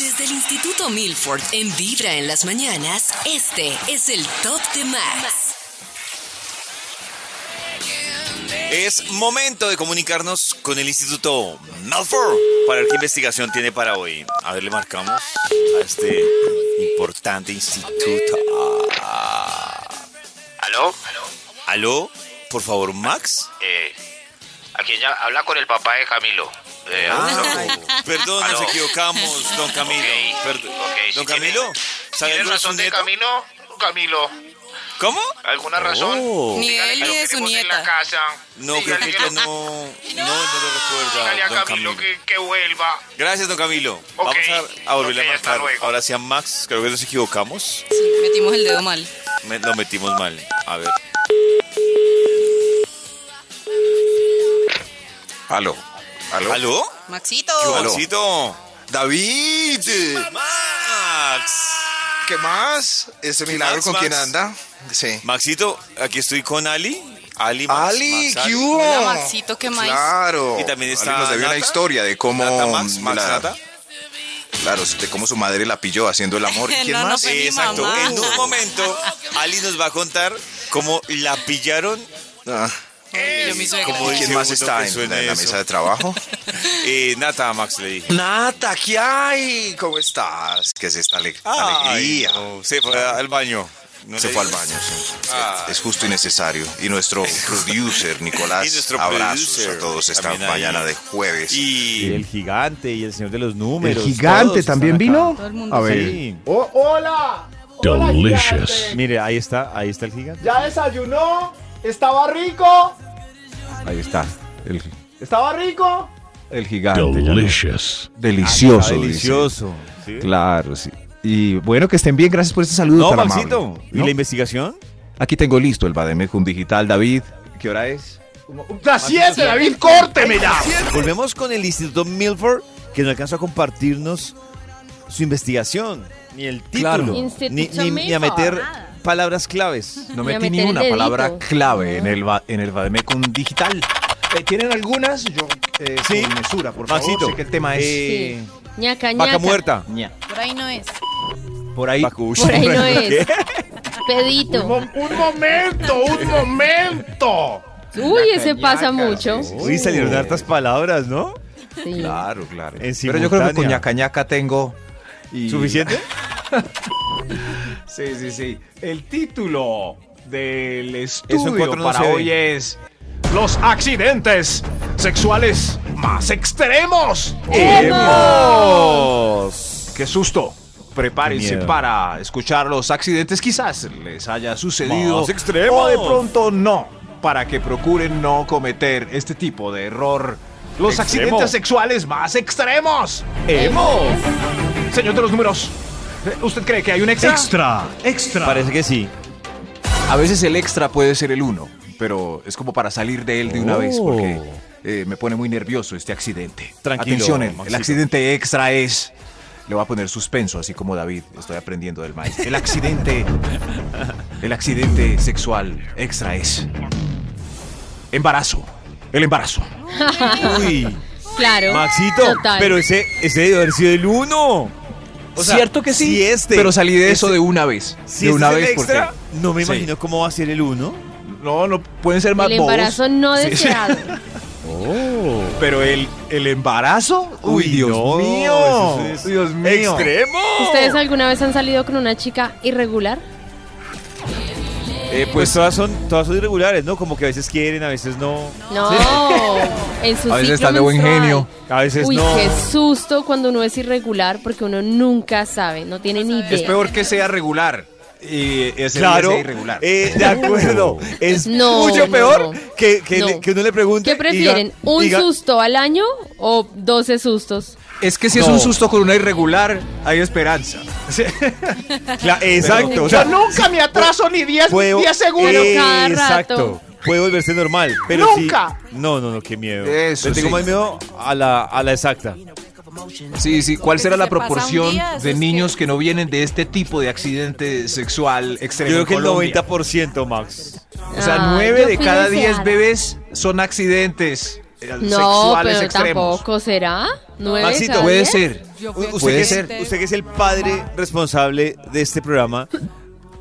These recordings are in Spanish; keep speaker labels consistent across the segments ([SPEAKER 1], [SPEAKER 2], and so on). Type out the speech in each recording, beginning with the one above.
[SPEAKER 1] Desde el Instituto Milford, en Vibra en las Mañanas, este es el Top de Max.
[SPEAKER 2] Es momento de comunicarnos con el Instituto Malfour para ver qué investigación tiene para hoy. A ver, le marcamos a este importante instituto.
[SPEAKER 3] ¿Aló?
[SPEAKER 2] ¿Aló? Por favor, Max.
[SPEAKER 3] Eh, ¿A quién ya habla con el papá de Camilo? Eh,
[SPEAKER 2] Ah. Perdón, nos
[SPEAKER 3] Aló.
[SPEAKER 2] equivocamos, don Camilo.
[SPEAKER 3] Ok,
[SPEAKER 2] Perdón.
[SPEAKER 3] ok, si
[SPEAKER 2] don
[SPEAKER 3] tiene-
[SPEAKER 2] Camilo, ¿sabe algo
[SPEAKER 3] ¿Tienes
[SPEAKER 2] de su
[SPEAKER 3] razón de
[SPEAKER 2] nieto?
[SPEAKER 3] Camilo? Camilo,
[SPEAKER 2] ¿Cómo?
[SPEAKER 3] ¿alguna razón?
[SPEAKER 2] Oh.
[SPEAKER 4] Ni
[SPEAKER 3] Dígale
[SPEAKER 4] él
[SPEAKER 3] que
[SPEAKER 4] ni
[SPEAKER 3] lo
[SPEAKER 4] de su
[SPEAKER 3] queremos en
[SPEAKER 4] nieta.
[SPEAKER 3] la casa.
[SPEAKER 2] No, creo
[SPEAKER 3] Dígale
[SPEAKER 2] que
[SPEAKER 3] lo-
[SPEAKER 2] ya no. No, no lo
[SPEAKER 3] Dígale
[SPEAKER 2] recuerda,
[SPEAKER 3] a
[SPEAKER 2] don
[SPEAKER 3] Camilo
[SPEAKER 2] Camilo.
[SPEAKER 3] que, que vuelva.
[SPEAKER 2] Gracias, don Camilo.
[SPEAKER 3] Ok.
[SPEAKER 2] Vamos a, a volverle
[SPEAKER 3] Ok,
[SPEAKER 2] a
[SPEAKER 3] hasta
[SPEAKER 2] marcar.
[SPEAKER 3] luego.
[SPEAKER 2] Ahora sí a Max, creo que nos equivocamos.
[SPEAKER 4] Sí, metimos el dedo mal.
[SPEAKER 2] Me- lo metimos mal. A ver.
[SPEAKER 5] Aló. Aló.
[SPEAKER 2] ¿Aló?
[SPEAKER 4] Maxito.
[SPEAKER 2] ¿Qué
[SPEAKER 5] Aló.
[SPEAKER 2] Maxito?
[SPEAKER 5] David.
[SPEAKER 2] Max.
[SPEAKER 5] ¿Qué más? Ese milagro
[SPEAKER 2] más,
[SPEAKER 5] con quién
[SPEAKER 2] Max?
[SPEAKER 5] anda. Sí.
[SPEAKER 2] Maxito, aquí estoy con Ali. Ali, Max,
[SPEAKER 5] Ali,
[SPEAKER 2] Max,
[SPEAKER 5] ¿qué hubo?
[SPEAKER 4] Hola, Maxito, ¿qué más?
[SPEAKER 5] Claro.
[SPEAKER 2] Y también está
[SPEAKER 5] Ali nos debe una
[SPEAKER 2] Nata.
[SPEAKER 5] historia de cómo
[SPEAKER 2] Nata, Max, Max,
[SPEAKER 5] la-
[SPEAKER 2] Nata.
[SPEAKER 5] claro, de cómo su madre la pilló haciendo el amor. ¿Y quién
[SPEAKER 4] No, no,
[SPEAKER 5] más?
[SPEAKER 4] fue mi
[SPEAKER 2] Exacto.
[SPEAKER 4] mamá.
[SPEAKER 2] En un momento, Ali nos va a contar cómo la pillaron.
[SPEAKER 5] Ah,
[SPEAKER 4] Ay, yo mi suegra.
[SPEAKER 2] como
[SPEAKER 5] ¿Quién
[SPEAKER 2] Dice
[SPEAKER 5] más
[SPEAKER 2] uno
[SPEAKER 5] está
[SPEAKER 2] que
[SPEAKER 5] en,
[SPEAKER 2] suene
[SPEAKER 5] en la
[SPEAKER 2] eso.
[SPEAKER 5] mesa de trabajo?
[SPEAKER 2] Eh, Nata, Max le dije.
[SPEAKER 5] Nata, ¿qué hay? ¿Cómo estás? ¿Qué es esta ale- alegría?
[SPEAKER 2] Ay, no, se fue al baño. No
[SPEAKER 5] ah. Se
[SPEAKER 2] le
[SPEAKER 5] fue al
[SPEAKER 2] dije.
[SPEAKER 5] baño. sí.
[SPEAKER 2] Ah.
[SPEAKER 5] Es justo y necesario. Y nuestro producer, Nicolás,
[SPEAKER 2] Y nuestro
[SPEAKER 5] abrazos
[SPEAKER 2] producer
[SPEAKER 5] a todos esta
[SPEAKER 2] también ahí.
[SPEAKER 5] mañana de jueves.
[SPEAKER 2] Y
[SPEAKER 6] el gigante y el señor de los números.
[SPEAKER 7] El gigante
[SPEAKER 6] todos
[SPEAKER 7] también
[SPEAKER 6] están acá.
[SPEAKER 7] vino.
[SPEAKER 4] Todo el mundo
[SPEAKER 7] A ver.
[SPEAKER 6] Sí.
[SPEAKER 7] Oh, hola. Hola, gigante.
[SPEAKER 6] Mire, ahí está, ahí está el gigante.
[SPEAKER 7] Ya desayunó. Estaba rico.
[SPEAKER 6] Ahí está. El,
[SPEAKER 7] Estaba rico.
[SPEAKER 6] el gigante.
[SPEAKER 8] Delicious.
[SPEAKER 6] Delicioso.
[SPEAKER 7] dice.
[SPEAKER 6] Delicioso.
[SPEAKER 7] Claro, sí. Y bueno, que estén bien. Gracias por este saludo
[SPEAKER 6] No,
[SPEAKER 7] tan
[SPEAKER 6] Maxito.
[SPEAKER 7] amable,
[SPEAKER 6] ¿Y
[SPEAKER 7] ¿no?
[SPEAKER 6] la investigación?
[SPEAKER 7] Aquí tengo listo el Bademecum Digital, David. ¿Qué hora es?
[SPEAKER 6] Las siete,
[SPEAKER 7] David, córteme ya.
[SPEAKER 6] Volvemos con el Instituto Milford, que no alcanzó a compartirnos su investigación, ni el título, ni, ni- ni a meter palabras claves.
[SPEAKER 7] No
[SPEAKER 9] Voy a
[SPEAKER 7] metí
[SPEAKER 9] meter
[SPEAKER 7] ni una
[SPEAKER 9] el dedito.
[SPEAKER 7] palabra clave en el, ba- en el Bademecum Digital. Eh, ¿Tienen algunas? Yo, eh,
[SPEAKER 6] Sí.
[SPEAKER 7] con mesura, por favor.
[SPEAKER 6] Maxito,
[SPEAKER 7] Sé que el tema es...
[SPEAKER 6] eh,
[SPEAKER 9] Ñaca,
[SPEAKER 6] vaca
[SPEAKER 9] ñaca.
[SPEAKER 6] muerta.
[SPEAKER 7] Ña.
[SPEAKER 4] Por ahí no es.
[SPEAKER 7] Por ahí...
[SPEAKER 6] Vaca- Uy,
[SPEAKER 9] Por ahí no
[SPEAKER 6] ¿qué?
[SPEAKER 9] es. Pedito.
[SPEAKER 7] momento, un momento.
[SPEAKER 9] Uy, ese pasa mucho.
[SPEAKER 6] Uy, salieron hartas palabras, ¿no?
[SPEAKER 9] Sí.
[SPEAKER 7] Claro, claro.
[SPEAKER 6] En
[SPEAKER 7] Pero yo creo que con
[SPEAKER 6] simultánea.
[SPEAKER 7] ñaca ñaca tengo. y-
[SPEAKER 6] ¿Suficiente?
[SPEAKER 7] Sí, sí, sí. El título del estudio
[SPEAKER 6] cuatro no
[SPEAKER 7] para
[SPEAKER 6] se ve.
[SPEAKER 7] hoy es Los accidentes sexuales más extremos. ¡Hemos! ¡Qué susto!
[SPEAKER 6] Qué
[SPEAKER 7] Prepárense
[SPEAKER 6] miedo.
[SPEAKER 7] para escuchar los accidentes. Quizás les haya sucedido.
[SPEAKER 6] Más extremos.
[SPEAKER 7] O de pronto no. Para que procuren no cometer este tipo de error. Los
[SPEAKER 6] Extremo.
[SPEAKER 7] accidentes sexuales más extremos. Señor de los números, ¿usted cree que hay un extra?
[SPEAKER 8] Extra, extra.
[SPEAKER 6] Parece que sí.
[SPEAKER 7] A veces el extra puede ser el uno, pero es como para salir de él de una
[SPEAKER 6] Oh.
[SPEAKER 7] vez porque eh, me pone muy nervioso este accidente.
[SPEAKER 6] Tranquilo,
[SPEAKER 7] Atención, el, el
[SPEAKER 6] Maxito.
[SPEAKER 7] accidente extra es... Le voy a poner suspenso, así como David, estoy aprendiendo del maestro. El accidente... el accidente sexual extra es... Embarazo. El embarazo.
[SPEAKER 6] Uy,
[SPEAKER 9] Claro.
[SPEAKER 6] Maxito,
[SPEAKER 9] Total.
[SPEAKER 6] pero ese, ese debió haber sido el uno. O sea,
[SPEAKER 7] Cierto que sí,
[SPEAKER 6] si este-
[SPEAKER 7] pero salí de eso
[SPEAKER 6] este-
[SPEAKER 7] de una vez.
[SPEAKER 6] Si
[SPEAKER 7] de
[SPEAKER 6] este
[SPEAKER 7] una
[SPEAKER 6] es el
[SPEAKER 7] vez
[SPEAKER 6] extra,
[SPEAKER 7] porque...
[SPEAKER 6] no me
[SPEAKER 7] Sí.
[SPEAKER 6] imagino cómo va a ser el uno.
[SPEAKER 7] No, no pueden ser más
[SPEAKER 9] El embarazo
[SPEAKER 7] bobos.
[SPEAKER 9] no
[SPEAKER 7] Sí.
[SPEAKER 9] deseado.
[SPEAKER 7] Pero el, el embarazo, uy, Dios
[SPEAKER 6] no,
[SPEAKER 7] mío,
[SPEAKER 6] eso es
[SPEAKER 7] Dios mío.
[SPEAKER 6] ¡Extremo!
[SPEAKER 9] ¿Ustedes alguna vez han salido con una chica irregular?
[SPEAKER 6] Eh, pues todas son, todas son irregulares, ¿no? Como que a veces quieren, a veces no.
[SPEAKER 9] No. En su
[SPEAKER 7] A veces
[SPEAKER 9] ciclo
[SPEAKER 7] están de buen
[SPEAKER 9] menstrual.
[SPEAKER 7] genio.
[SPEAKER 6] A veces
[SPEAKER 9] Uy,
[SPEAKER 6] no.
[SPEAKER 9] qué susto cuando uno es irregular porque uno nunca sabe, no tiene ni idea.
[SPEAKER 7] Es peor que sea regular. Y ese día
[SPEAKER 6] Claro,
[SPEAKER 7] sea irregular.
[SPEAKER 6] eh, de acuerdo. Es
[SPEAKER 9] No,
[SPEAKER 6] mucho
[SPEAKER 9] no,
[SPEAKER 6] peor
[SPEAKER 9] no.
[SPEAKER 6] que, que,
[SPEAKER 9] No.
[SPEAKER 6] le- que uno le pregunte.
[SPEAKER 9] ¿Qué prefieren?
[SPEAKER 6] diga-
[SPEAKER 9] ¿Un
[SPEAKER 6] diga,
[SPEAKER 9] susto al año o 12 sustos?
[SPEAKER 7] Es que si es
[SPEAKER 6] No.
[SPEAKER 7] un susto con una irregular, hay esperanza.
[SPEAKER 6] Cla- exacto. o sea,
[SPEAKER 10] nunca me atraso ni 10
[SPEAKER 6] puedo-
[SPEAKER 10] segundos.
[SPEAKER 6] Exacto. Puede volverse normal, pero sí-
[SPEAKER 10] Nunca.
[SPEAKER 6] no, no, no, qué miedo.
[SPEAKER 7] Eso
[SPEAKER 6] Le tengo
[SPEAKER 7] sí.
[SPEAKER 6] más miedo a la, a la exacta.
[SPEAKER 7] Sí, sí. ¿Cuál
[SPEAKER 6] Porque
[SPEAKER 7] será
[SPEAKER 6] si
[SPEAKER 7] la
[SPEAKER 6] se pasa un
[SPEAKER 7] proporción
[SPEAKER 6] día, eso
[SPEAKER 7] de
[SPEAKER 6] es
[SPEAKER 7] niños que... no vienen de este tipo de accidente sexual extremo?
[SPEAKER 6] Yo creo
[SPEAKER 7] en
[SPEAKER 6] que el
[SPEAKER 7] Colombia?
[SPEAKER 6] 90%, Max.
[SPEAKER 7] O sea,
[SPEAKER 9] Ah,
[SPEAKER 7] nueve
[SPEAKER 9] yo
[SPEAKER 7] de
[SPEAKER 9] fui
[SPEAKER 7] cada
[SPEAKER 9] deseada.
[SPEAKER 7] diez bebés son accidentes eh,
[SPEAKER 9] No,
[SPEAKER 7] sexuales
[SPEAKER 9] pero
[SPEAKER 7] extremos.
[SPEAKER 9] tampoco será. ¿Nueve
[SPEAKER 6] Maxito,
[SPEAKER 9] cada
[SPEAKER 6] puede
[SPEAKER 9] diez?
[SPEAKER 6] ser.
[SPEAKER 9] Yo
[SPEAKER 6] U-
[SPEAKER 9] fui
[SPEAKER 6] Usted,
[SPEAKER 7] Puede
[SPEAKER 6] que es,
[SPEAKER 7] ser.
[SPEAKER 6] usted que es el padre responsable de este programa,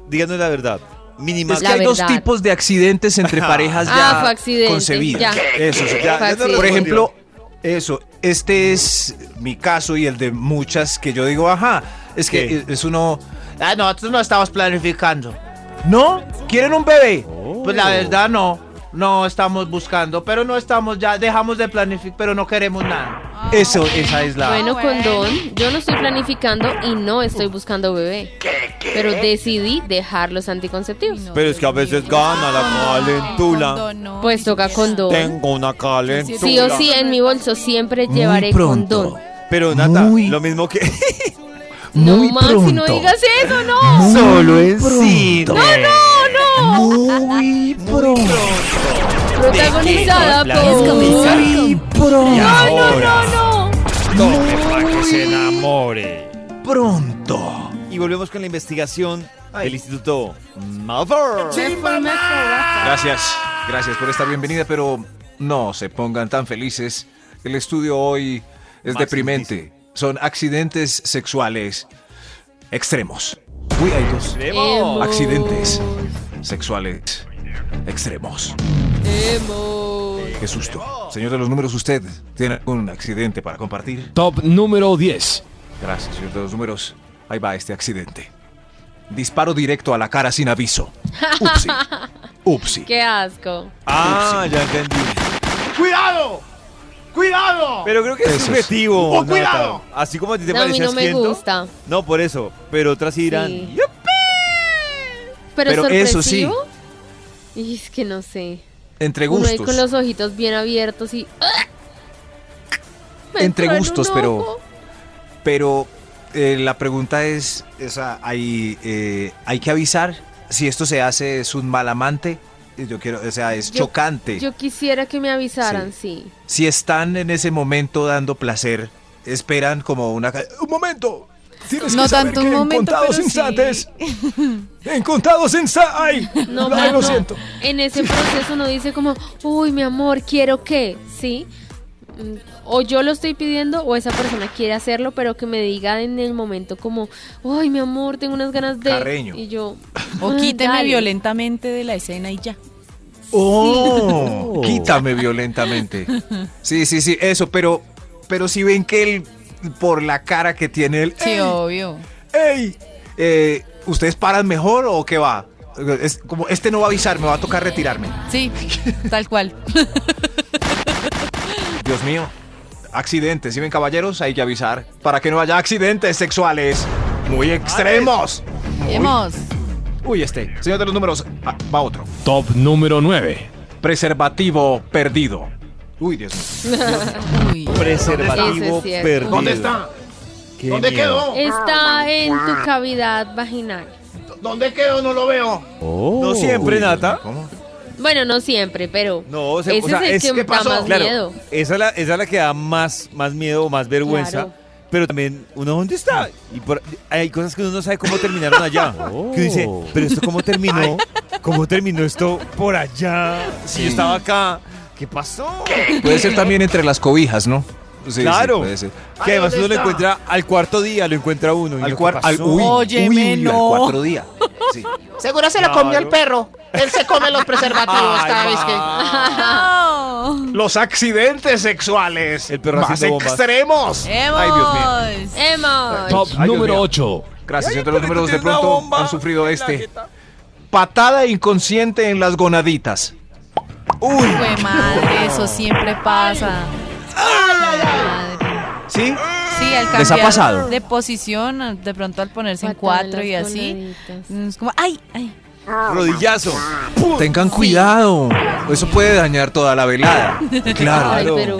[SPEAKER 6] díganos la verdad. Mínima
[SPEAKER 7] Es que hay dos tipos de accidentes entre parejas
[SPEAKER 9] Ah,
[SPEAKER 7] ya
[SPEAKER 9] fue accidente,
[SPEAKER 7] concebidas.
[SPEAKER 9] ya.
[SPEAKER 7] Eso, sí.
[SPEAKER 9] Fue accidente.
[SPEAKER 7] Por ejemplo, eso. Este es mi caso y el de muchas que yo digo, ajá, es que e,
[SPEAKER 10] ¿Qué?
[SPEAKER 7] es uno.
[SPEAKER 10] Ah, nosotros no estábamos planificando.
[SPEAKER 7] ¿No? ¿Quieren un bebé?
[SPEAKER 10] Pues la verdad no. No estamos buscando, pero no estamos ya, dejamos de planificar, pero no queremos nada.
[SPEAKER 7] Eso, esa es la.
[SPEAKER 9] Ah. Bueno, condón, yo no estoy planificando y no estoy buscando bebé. Pero decidí dejar los anticonceptivos.
[SPEAKER 6] Pero es que a veces gana la calentula.
[SPEAKER 9] Pues toca condón.
[SPEAKER 6] Tengo una calentula.
[SPEAKER 9] Sí o sí, en mi bolso siempre llevaré
[SPEAKER 6] pronto.
[SPEAKER 9] condón.
[SPEAKER 6] Pero Nata, lo mismo que.
[SPEAKER 9] No, Maxi, no digas eso, no.
[SPEAKER 6] pronto.
[SPEAKER 9] No, no, no. Muy pronto. Protagonizada
[SPEAKER 6] Deje
[SPEAKER 9] por.
[SPEAKER 6] los planes
[SPEAKER 9] Muy
[SPEAKER 7] pronto.
[SPEAKER 9] No, no, no,
[SPEAKER 6] Ahora.
[SPEAKER 9] no.
[SPEAKER 6] Tome para que se enamore.
[SPEAKER 7] Pronto.
[SPEAKER 6] Y volvemos con la investigación del Instituto Malvar.
[SPEAKER 7] Gracias, gracias por esta bienvenida, pero no se pongan tan felices. El estudio hoy es deprimente. Son accidentes sexuales extremos. Uy, hay dos.
[SPEAKER 9] Extremos.
[SPEAKER 7] Accidentes sexuales extremos. Qué susto. Señor de los números, ¿usted tiene un accidente para compartir?
[SPEAKER 8] Top número 10.
[SPEAKER 7] Gracias, señor de los números. Ahí va este accidente. Disparo directo a la cara sin aviso. Upsi. Upsi.
[SPEAKER 9] Qué asco.
[SPEAKER 6] Ah, ya entendí.
[SPEAKER 10] ¡Cuidado! ¡Cuidado!
[SPEAKER 6] Pero creo que es
[SPEAKER 7] Eso es.
[SPEAKER 6] subjetivo.
[SPEAKER 10] ¡Oh,
[SPEAKER 6] Nata.
[SPEAKER 10] cuidado!
[SPEAKER 6] Así como a ti te
[SPEAKER 9] No, a mí
[SPEAKER 6] parece
[SPEAKER 9] no me
[SPEAKER 6] asquiento,
[SPEAKER 9] gusta.
[SPEAKER 6] No, por eso. Pero otras sí dirán.
[SPEAKER 9] Sí.
[SPEAKER 6] "Yup".
[SPEAKER 9] Pero,
[SPEAKER 7] Pero eso sí.
[SPEAKER 9] sorpresivo. Y es que no sé.
[SPEAKER 7] Entre
[SPEAKER 9] Uno ahí con
[SPEAKER 7] gustos.
[SPEAKER 9] los ojitos bien abiertos y. ¡ah! Me
[SPEAKER 7] Entre
[SPEAKER 9] entró en
[SPEAKER 7] gustos,
[SPEAKER 9] un
[SPEAKER 7] pero-
[SPEAKER 9] ojo.
[SPEAKER 7] Pero eh, la pregunta es, esa, ¿hay, eh, hay que avisar si esto se hace, es un mal amante. Yo quiero, o sea, es
[SPEAKER 9] Yo-
[SPEAKER 7] chocante.
[SPEAKER 9] Yo quisiera que me avisaran, sí.
[SPEAKER 7] si están en ese momento dando placer, esperan como una... ca- Un momento. Tienes
[SPEAKER 4] No
[SPEAKER 7] que saber
[SPEAKER 4] tanto
[SPEAKER 7] que
[SPEAKER 4] un
[SPEAKER 7] en
[SPEAKER 4] momento,
[SPEAKER 7] contados
[SPEAKER 4] pero sí.
[SPEAKER 7] instantes. En contados instantes. ¡Ay!
[SPEAKER 9] No,
[SPEAKER 7] ay,
[SPEAKER 9] mano,
[SPEAKER 7] lo siento.
[SPEAKER 9] En ese proceso uno dice como, uy, mi amor, quiero que, ¿sí? Mm, O yo lo estoy pidiendo o esa persona quiere hacerlo, pero que me diga en el momento como, ay, mi amor, tengo unas ganas de...
[SPEAKER 7] Carreño.
[SPEAKER 9] Y yo...
[SPEAKER 4] O
[SPEAKER 9] "Ah,
[SPEAKER 4] quíteme
[SPEAKER 9] dale".
[SPEAKER 4] violentamente de la escena y ya.
[SPEAKER 7] ¡Oh! Quítame violentamente. Sí, sí, sí, eso, pero, pero si ven que él, por la cara que tiene él...
[SPEAKER 4] Sí, obvio.
[SPEAKER 7] ¡Ey! eh, ¿Ustedes paran mejor o qué va? Es como, este no va a avisar, me va a tocar retirarme.
[SPEAKER 4] Sí, tal cual.
[SPEAKER 7] Dios mío. Accidentes, ¿sí ven caballeros? Hay que avisar para que no haya accidentes sexuales muy extremos.
[SPEAKER 4] Vemos.
[SPEAKER 7] Uy, este. Señor de los números, ah, va otro.
[SPEAKER 8] Top número 9.
[SPEAKER 7] Preservativo perdido. Uy, Dios mío.
[SPEAKER 4] Uy.
[SPEAKER 6] Preservativo
[SPEAKER 9] Eso es cierto.
[SPEAKER 6] perdido.
[SPEAKER 10] ¿Dónde está?
[SPEAKER 6] Qué
[SPEAKER 10] ¿Dónde quedó?
[SPEAKER 6] miedo.
[SPEAKER 3] Ah,
[SPEAKER 7] Ah,
[SPEAKER 9] Está en tu cavidad vaginal.
[SPEAKER 10] ¿Dónde quedó? No lo veo.
[SPEAKER 6] No siempre, Nata.
[SPEAKER 7] ¿Cómo?
[SPEAKER 9] Bueno, no siempre, pero...
[SPEAKER 6] No, o sea,
[SPEAKER 9] ese
[SPEAKER 6] o sea,
[SPEAKER 9] es el
[SPEAKER 6] es-
[SPEAKER 9] que me
[SPEAKER 10] ¿qué
[SPEAKER 9] da
[SPEAKER 10] pasó?
[SPEAKER 9] más
[SPEAKER 6] Claro,
[SPEAKER 9] miedo.
[SPEAKER 6] Esa, es la, esa es la que da más, más miedo o más vergüenza.
[SPEAKER 9] Claro.
[SPEAKER 6] Pero también, ¿uno dónde está? Y por- hay cosas que uno no sabe cómo terminaron allá. Que uno dice,
[SPEAKER 10] Oh.
[SPEAKER 6] pero esto cómo terminó, cómo terminó esto por allá. Si yo estaba acá, ¿qué pasó?
[SPEAKER 7] Puede ser también entre las cobijas, ¿no? Sí, sí,
[SPEAKER 6] claro.
[SPEAKER 7] puede ser.
[SPEAKER 6] Que
[SPEAKER 10] Ay,
[SPEAKER 6] además
[SPEAKER 10] ¿dónde
[SPEAKER 6] uno lo
[SPEAKER 10] está?
[SPEAKER 6] encuentra al cuarto día, lo encuentra uno. y
[SPEAKER 7] Al
[SPEAKER 6] uno,
[SPEAKER 7] cuar-
[SPEAKER 6] ¿qué
[SPEAKER 7] al-
[SPEAKER 6] pasó?
[SPEAKER 7] uy,
[SPEAKER 9] Oh,
[SPEAKER 4] Óyeme,
[SPEAKER 7] uy, al
[SPEAKER 4] no.
[SPEAKER 7] cuatro día. Sí.
[SPEAKER 10] Seguro se
[SPEAKER 6] lo comió el
[SPEAKER 10] perro. Él se come los preservativos
[SPEAKER 6] Ay,
[SPEAKER 10] cada vez que.
[SPEAKER 6] va.
[SPEAKER 7] Los accidentes sexuales.
[SPEAKER 6] El perro
[SPEAKER 7] más
[SPEAKER 6] haciendo bombas.
[SPEAKER 7] extremos.
[SPEAKER 9] Eh,
[SPEAKER 7] Ay, Dios mío.
[SPEAKER 4] ¡Vemos!
[SPEAKER 9] Emma.
[SPEAKER 8] Oh. Top
[SPEAKER 7] Ay, Dios
[SPEAKER 8] número
[SPEAKER 7] mío.
[SPEAKER 8] 8.
[SPEAKER 7] Gracias,
[SPEAKER 6] Ay,
[SPEAKER 7] señor de los
[SPEAKER 6] perrito,
[SPEAKER 7] números. De
[SPEAKER 6] tiene una
[SPEAKER 7] pronto
[SPEAKER 6] bomba
[SPEAKER 7] han sufrido
[SPEAKER 6] en la
[SPEAKER 7] este.
[SPEAKER 6] jeta.
[SPEAKER 7] Patada inconsciente en las gonaditas.
[SPEAKER 6] Uy,
[SPEAKER 9] Ah,
[SPEAKER 4] Fue madre, eso siempre pasa. Madre.
[SPEAKER 7] ¿Sí?
[SPEAKER 4] Sí, al
[SPEAKER 7] ¿Les ha pasado?
[SPEAKER 4] cambiar de posición, de pronto al ponerse en
[SPEAKER 9] Patada en
[SPEAKER 4] cuatro y
[SPEAKER 9] las
[SPEAKER 4] así, mm,
[SPEAKER 9] coladitas.
[SPEAKER 4] es como, ay, ay.
[SPEAKER 6] rodillazo.
[SPEAKER 7] Tengan cuidado. Eso puede dañar toda la velada.
[SPEAKER 9] Ay,
[SPEAKER 7] Claro.
[SPEAKER 9] pero